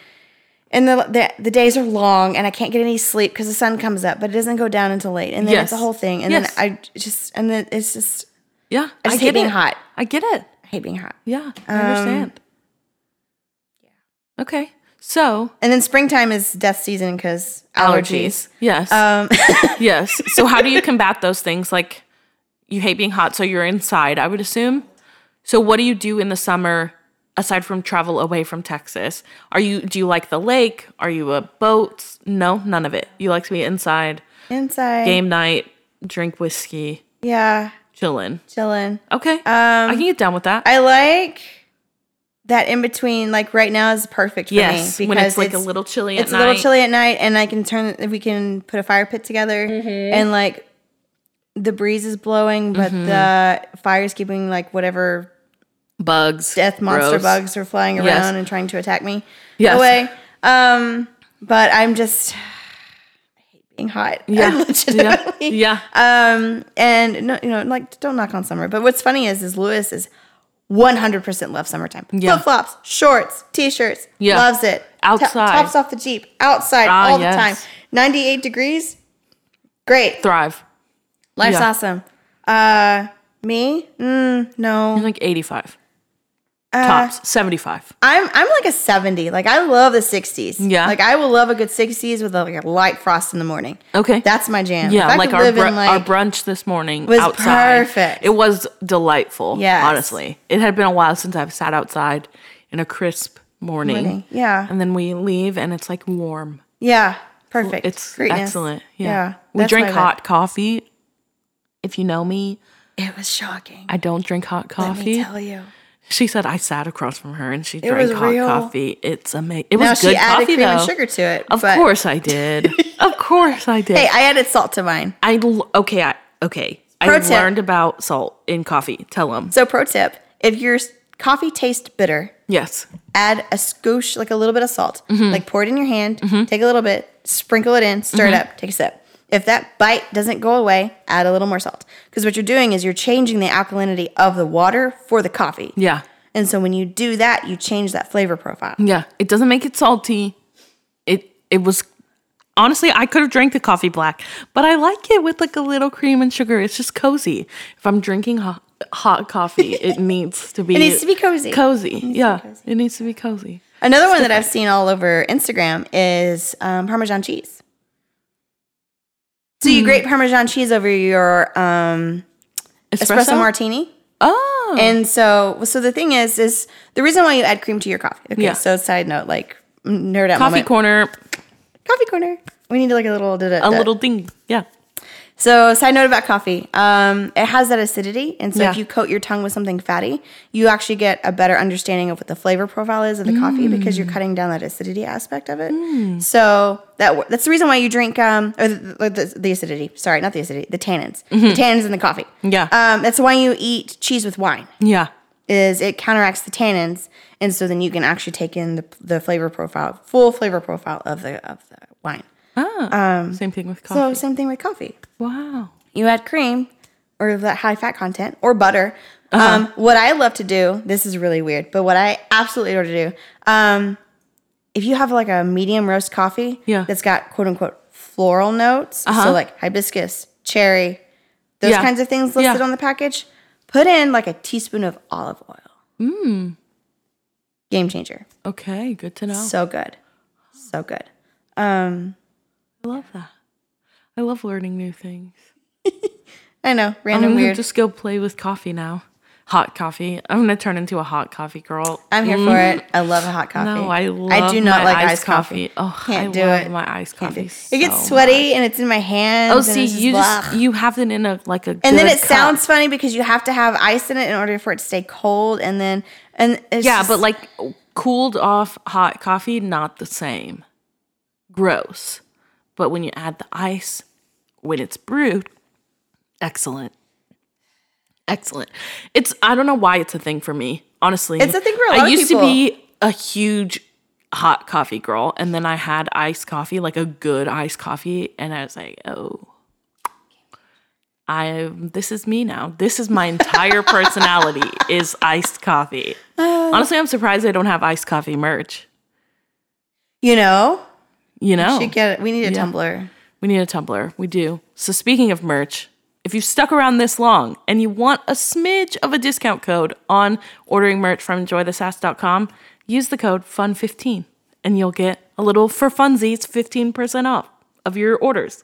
Speaker 2: And the, the the days are long, and I can't get any sleep because the sun comes up, but it doesn't go down until late, and then
Speaker 1: Yes.
Speaker 2: it's a whole thing, and
Speaker 1: Yes.
Speaker 2: then I just and then it's just
Speaker 1: yeah.
Speaker 2: I just hate being hot.
Speaker 1: I get it.
Speaker 2: I hate being hot.
Speaker 1: Yeah. I
Speaker 2: Um,
Speaker 1: understand. Yeah. Okay. So
Speaker 2: And then springtime is death season because
Speaker 1: allergies.
Speaker 2: allergies.
Speaker 1: Yes.
Speaker 2: Um,
Speaker 1: yes. So how do you combat those things? Like you hate being hot, so you're inside, I would assume. So what do you do in the summer aside from travel away from Texas? Are you do you like the lake? Are you a boat? No, none of it. You like to be inside,
Speaker 2: inside.
Speaker 1: game night, drink whiskey,
Speaker 2: Yeah,
Speaker 1: chillin'.
Speaker 2: chilling.
Speaker 1: Okay. I can get down with that.
Speaker 2: Um, I like that in between. Like right now is perfect for
Speaker 1: yes.
Speaker 2: me
Speaker 1: When it's like a little chilly at
Speaker 2: it's
Speaker 1: night.
Speaker 2: a little chilly at night, and I can turn. We can put a fire pit together,
Speaker 1: Mm-hmm.
Speaker 2: and like the breeze is blowing, but the fire is keeping like whatever
Speaker 1: Bugs.
Speaker 2: death monster
Speaker 1: Gross.
Speaker 2: bugs are flying around
Speaker 1: Yes.
Speaker 2: and trying to attack me
Speaker 1: Yes.
Speaker 2: away. Um, but I'm just I hate being hot.
Speaker 1: Yeah. yeah.
Speaker 2: legitimately.
Speaker 1: Yeah.
Speaker 2: Um, and no, you know, like don't knock on summer. But what's funny is, is Lewis is 100% love summertime.
Speaker 1: Yeah.
Speaker 2: Flip flops, shorts, t-shirts.
Speaker 1: Yeah.
Speaker 2: Loves it. Ta-
Speaker 1: Outside.
Speaker 2: tops off the Jeep. Outside
Speaker 1: Ah,
Speaker 2: all the
Speaker 1: yes.
Speaker 2: time. 98 degrees. Great.
Speaker 1: Thrive.
Speaker 2: Life's
Speaker 1: yeah.
Speaker 2: awesome. Uh, me? Mm, no.
Speaker 1: Like 85.
Speaker 2: Uh,
Speaker 1: Tops. 75.
Speaker 2: I'm, I'm like a 70. Like I love the 60s.
Speaker 1: Yeah.
Speaker 2: Like I will love a good 60s with like a light frost in the morning.
Speaker 1: Okay.
Speaker 2: That's my jam. If
Speaker 1: yeah,
Speaker 2: I
Speaker 1: like
Speaker 2: could
Speaker 1: our
Speaker 2: live
Speaker 1: br-
Speaker 2: in,
Speaker 1: our
Speaker 2: like-
Speaker 1: brunch this morning
Speaker 2: was
Speaker 1: outside.
Speaker 2: perfect.
Speaker 1: It was delightful.
Speaker 2: Yes.
Speaker 1: honestly, it had been a while since I've sat outside in a crisp morning.
Speaker 2: Morning, yeah.
Speaker 1: and then we leave and it's like warm.
Speaker 2: Yeah, perfect.
Speaker 1: It's
Speaker 2: Greatness.
Speaker 1: excellent. Yeah, we
Speaker 2: that's
Speaker 1: drink
Speaker 2: my vibe.
Speaker 1: hot coffee. If you know me,
Speaker 2: It was shocking.
Speaker 1: I don't drink hot
Speaker 2: Let
Speaker 1: coffee.
Speaker 2: me tell you.
Speaker 1: She said I sat across from her and she
Speaker 2: was
Speaker 1: drank hot
Speaker 2: real.
Speaker 1: coffee. It's amazing. It was
Speaker 2: Now
Speaker 1: good
Speaker 2: she added
Speaker 1: coffee
Speaker 2: cream and
Speaker 1: though.
Speaker 2: sugar to it.
Speaker 1: Of
Speaker 2: but-
Speaker 1: course I did. of course I did.
Speaker 2: Hey, I added salt to mine.
Speaker 1: I l- okay, I, okay. I
Speaker 2: Pro tip.
Speaker 1: learned about salt in coffee. Tell them.
Speaker 2: So pro tip: if your s- coffee tastes bitter,
Speaker 1: Yes.
Speaker 2: add a scoosh, like a little bit of salt.
Speaker 1: Mm-hmm.
Speaker 2: Like pour it in your hand, take a little bit, sprinkle it in, stir it
Speaker 1: Mm-hmm.
Speaker 2: up, take a sip. If that bite doesn't go away, add a little more salt. Because what you're doing is you're changing the alkalinity of the water for the coffee.
Speaker 1: Yeah.
Speaker 2: And so when you do that, you change that flavor profile.
Speaker 1: Yeah. It doesn't make it salty. It it was honestly I could have drank the coffee black, but I like it with like a little cream and sugar. It's just cozy. If I'm drinking hot, hot coffee, it needs to be. It
Speaker 2: needs to be cozy.
Speaker 1: Cozy. Yeah. It needs to be cozy.
Speaker 2: Another one that I've seen all over Instagram is um, Parmesan cheese. So
Speaker 1: Hmm.
Speaker 2: you grate Parmesan cheese over your um, espresso? martini,
Speaker 1: Oh.
Speaker 2: and so so the thing is is the reason why you add cream to your coffee. Okay,
Speaker 1: Yeah.
Speaker 2: so side note, like nerd out
Speaker 1: coffee
Speaker 2: moment.
Speaker 1: corner.
Speaker 2: coffee corner. We need like a little da, da,
Speaker 1: A
Speaker 2: da.
Speaker 1: little ding. Yeah.
Speaker 2: So, side note about coffee, um, it has that acidity, and so
Speaker 1: Yeah.
Speaker 2: if you coat your tongue with something fatty, you actually get a better understanding of what the flavor profile is of the coffee
Speaker 1: Mm.
Speaker 2: because you're cutting down that acidity aspect of it. So that that's the reason why you drink um, or the, the, the acidity. Sorry, not the acidity, the tannins, the tannins in the coffee.
Speaker 1: Mm-hmm. Yeah.
Speaker 2: um, that's why you eat cheese with wine
Speaker 1: Yeah.
Speaker 2: is it counteracts the tannins, and so then you can actually take in the, the flavor profile, full flavor profile of the of the wine.
Speaker 1: Um, Same thing with
Speaker 2: So
Speaker 1: coffee.
Speaker 2: same thing with coffee
Speaker 1: wow.
Speaker 2: you add cream or that high fat content or butter.
Speaker 1: Uh-huh.
Speaker 2: Um, what I love to do, this is really weird, but what I absolutely love to do, um, if you have like a medium roast coffee
Speaker 1: Yeah. Uh-huh.
Speaker 2: that's got quote unquote floral notes, so like hibiscus, cherry, those
Speaker 1: Yeah.
Speaker 2: kinds of things listed
Speaker 1: Yeah.
Speaker 2: on the package, put in like a teaspoon of olive oil.
Speaker 1: Mm.
Speaker 2: Game changer.
Speaker 1: Okay. Good to know.
Speaker 2: So good. So good. Um,
Speaker 1: I love that. I love learning new things.
Speaker 2: I know,
Speaker 1: I'm
Speaker 2: random
Speaker 1: gonna
Speaker 2: weird.
Speaker 1: just go play with coffee now. hot coffee. I'm gonna turn into a hot coffee girl.
Speaker 2: I'm here for it. I love a hot coffee.
Speaker 1: Mm-hmm. No, I love I do not like iced coffee. Oh,
Speaker 2: Can't
Speaker 1: I
Speaker 2: do
Speaker 1: love
Speaker 2: it.
Speaker 1: my iced
Speaker 2: Can't do
Speaker 1: coffee.
Speaker 2: it. It gets
Speaker 1: so
Speaker 2: sweaty and it's in my hands.
Speaker 1: much. Oh,
Speaker 2: and
Speaker 1: see,
Speaker 2: it's just
Speaker 1: you
Speaker 2: blah.
Speaker 1: just you have it in a like a
Speaker 2: and then
Speaker 1: good
Speaker 2: it
Speaker 1: cup.
Speaker 2: sounds funny because you have to have ice in it in order for it to stay cold. And then and it's
Speaker 1: yeah,
Speaker 2: just-
Speaker 1: but like cooled off hot coffee, not the same. Gross. But when you add the ice, when it's brewed, excellent. Excellent. It's I don't know why it's a thing for me. Honestly,
Speaker 2: It's a thing for a lot
Speaker 1: I
Speaker 2: of
Speaker 1: used
Speaker 2: people.
Speaker 1: to be a huge hot coffee girl, and then I had iced coffee, like a good iced coffee, and I was like, oh, I this is me now. This is my entire personality is iced coffee.
Speaker 2: Uh.
Speaker 1: Honestly, I'm surprised they don't have iced coffee merch.
Speaker 2: you know,
Speaker 1: You know,
Speaker 2: you get it. We need a tumbler.
Speaker 1: we need a Tumblr. We do. So speaking of merch, if you've stuck around this long and you want a smidge of a discount code on ordering merch from enjoythesass.com, use the code FUN15 and you'll get a little for funsies 15% off of your orders.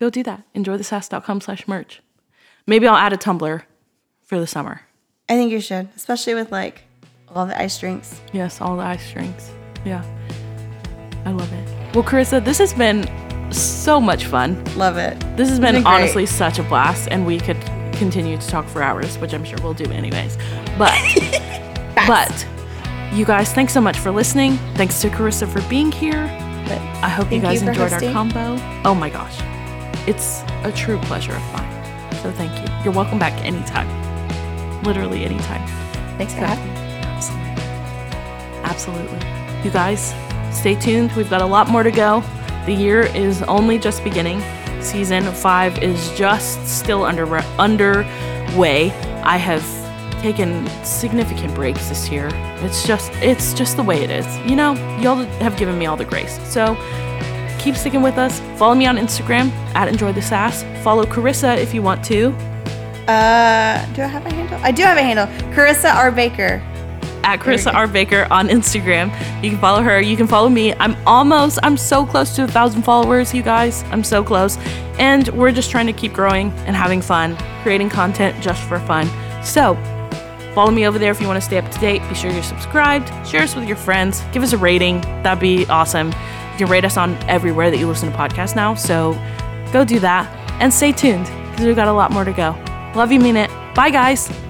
Speaker 1: Go do that. Enjoythesass.com slash merch. Maybe I'll add a Tumblr for the summer.
Speaker 2: I think you should, especially with like all the ice drinks.
Speaker 1: Yes, all the ice drinks. Yeah. I love it. Well, Carissa, this has been so much fun.
Speaker 2: Love it.
Speaker 1: This has been,
Speaker 2: been great.
Speaker 1: honestly such a blast, and we could continue to talk for hours, which I'm sure we'll do anyways. But, but, you guys, thanks so much for listening. Thanks to Carissa for being here.
Speaker 2: But
Speaker 1: I hope you
Speaker 2: Thank you
Speaker 1: guys
Speaker 2: for
Speaker 1: enjoyed
Speaker 2: hosting.
Speaker 1: our combo. Oh my gosh, it's a true pleasure of mine. So thank you. You're welcome back anytime. Literally anytime.
Speaker 2: thanks for having me.
Speaker 1: Absolutely. Absolutely. You guys, stay tuned. We've got a lot more to go. The year is only just beginning. Season five is just still under underway. I have taken significant breaks this year. It's just it's just the way it is. You know, y'all have given me all the grace. So keep sticking with us. Follow me on Instagram at enjoy the sass. Follow Carissa if you want to
Speaker 2: Uh, do I have a handle? I do have a handle. Carissa R. Baker.
Speaker 1: at Carissa
Speaker 2: go.
Speaker 1: R. Baker on Instagram. You can follow her. You can follow me. I'm almost, I'm so close to a thousand followers, you guys. I'm so close. And we're just trying to keep growing and having fun, creating content just for fun. So follow me over there if you want to stay up to date. Be sure you're subscribed. Share us with your friends. Give us a rating. That'd be awesome. You can rate us on everywhere that you listen to podcasts now. So go do that and stay tuned because we've got a lot more to go. Love you, mean it. Bye, guys.